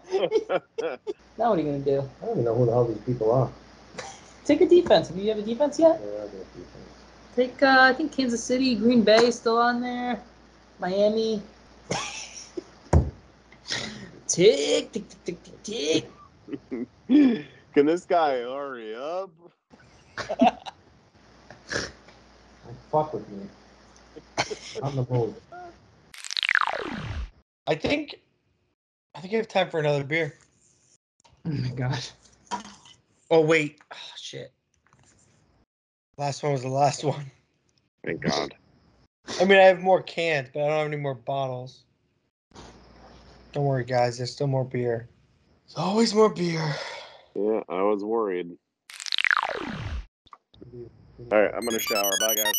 [SPEAKER 19] Now what are you gonna do?
[SPEAKER 20] I don't even know who the hell these people are.
[SPEAKER 19] Take a defense. Do you have a defense yet? Take uh, I think Kansas City, Green Bay still on there, Miami. tick, tick, tick, tick, tick, tick.
[SPEAKER 5] [gasps] Can this guy hurry up?
[SPEAKER 20] Fuck with me. I'm the bold.
[SPEAKER 15] I think, I think I have time for another beer.
[SPEAKER 19] Oh my god.
[SPEAKER 15] Oh wait, oh shit. Last one was the last one.
[SPEAKER 5] Thank God.
[SPEAKER 15] I mean, I have more cans, but I don't have any more bottles. Don't worry, guys. There's still more beer. There's always more beer.
[SPEAKER 5] Yeah, I was worried. All right, I'm gonna shower. Bye, guys.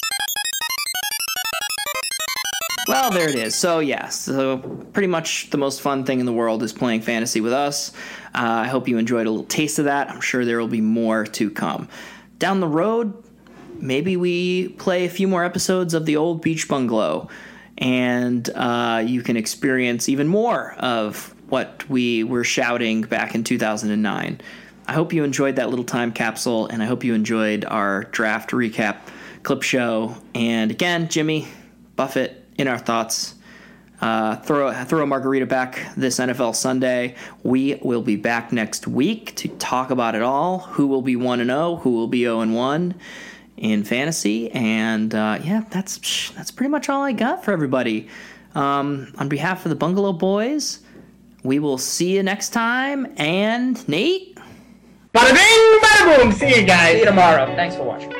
[SPEAKER 1] Well, there it is. So, yeah, so pretty much the most fun thing in the world is playing fantasy with us. Uh, I hope you enjoyed a little taste of that. I'm sure there will be more to come. Down the road, maybe we play a few more episodes of the old Beach Bungalow, and uh, you can experience even more of what we were shouting back in 2009. I hope you enjoyed that little time capsule, and I hope you enjoyed our draft recap clip show. And again, Jimmy, Buffett, in our thoughts. Uh, throw throw a margarita back this NFL Sunday. We will be back next week to talk about it all. Who will be one and zero? Who will be zero and one in fantasy? And uh, yeah, that's psh, that's pretty much all I got for everybody. Um, on behalf of the Bungalow Boys, we will see you next time. And Nate,
[SPEAKER 6] Bada bing, bada boom. See you guys tomorrow. Thanks for watching.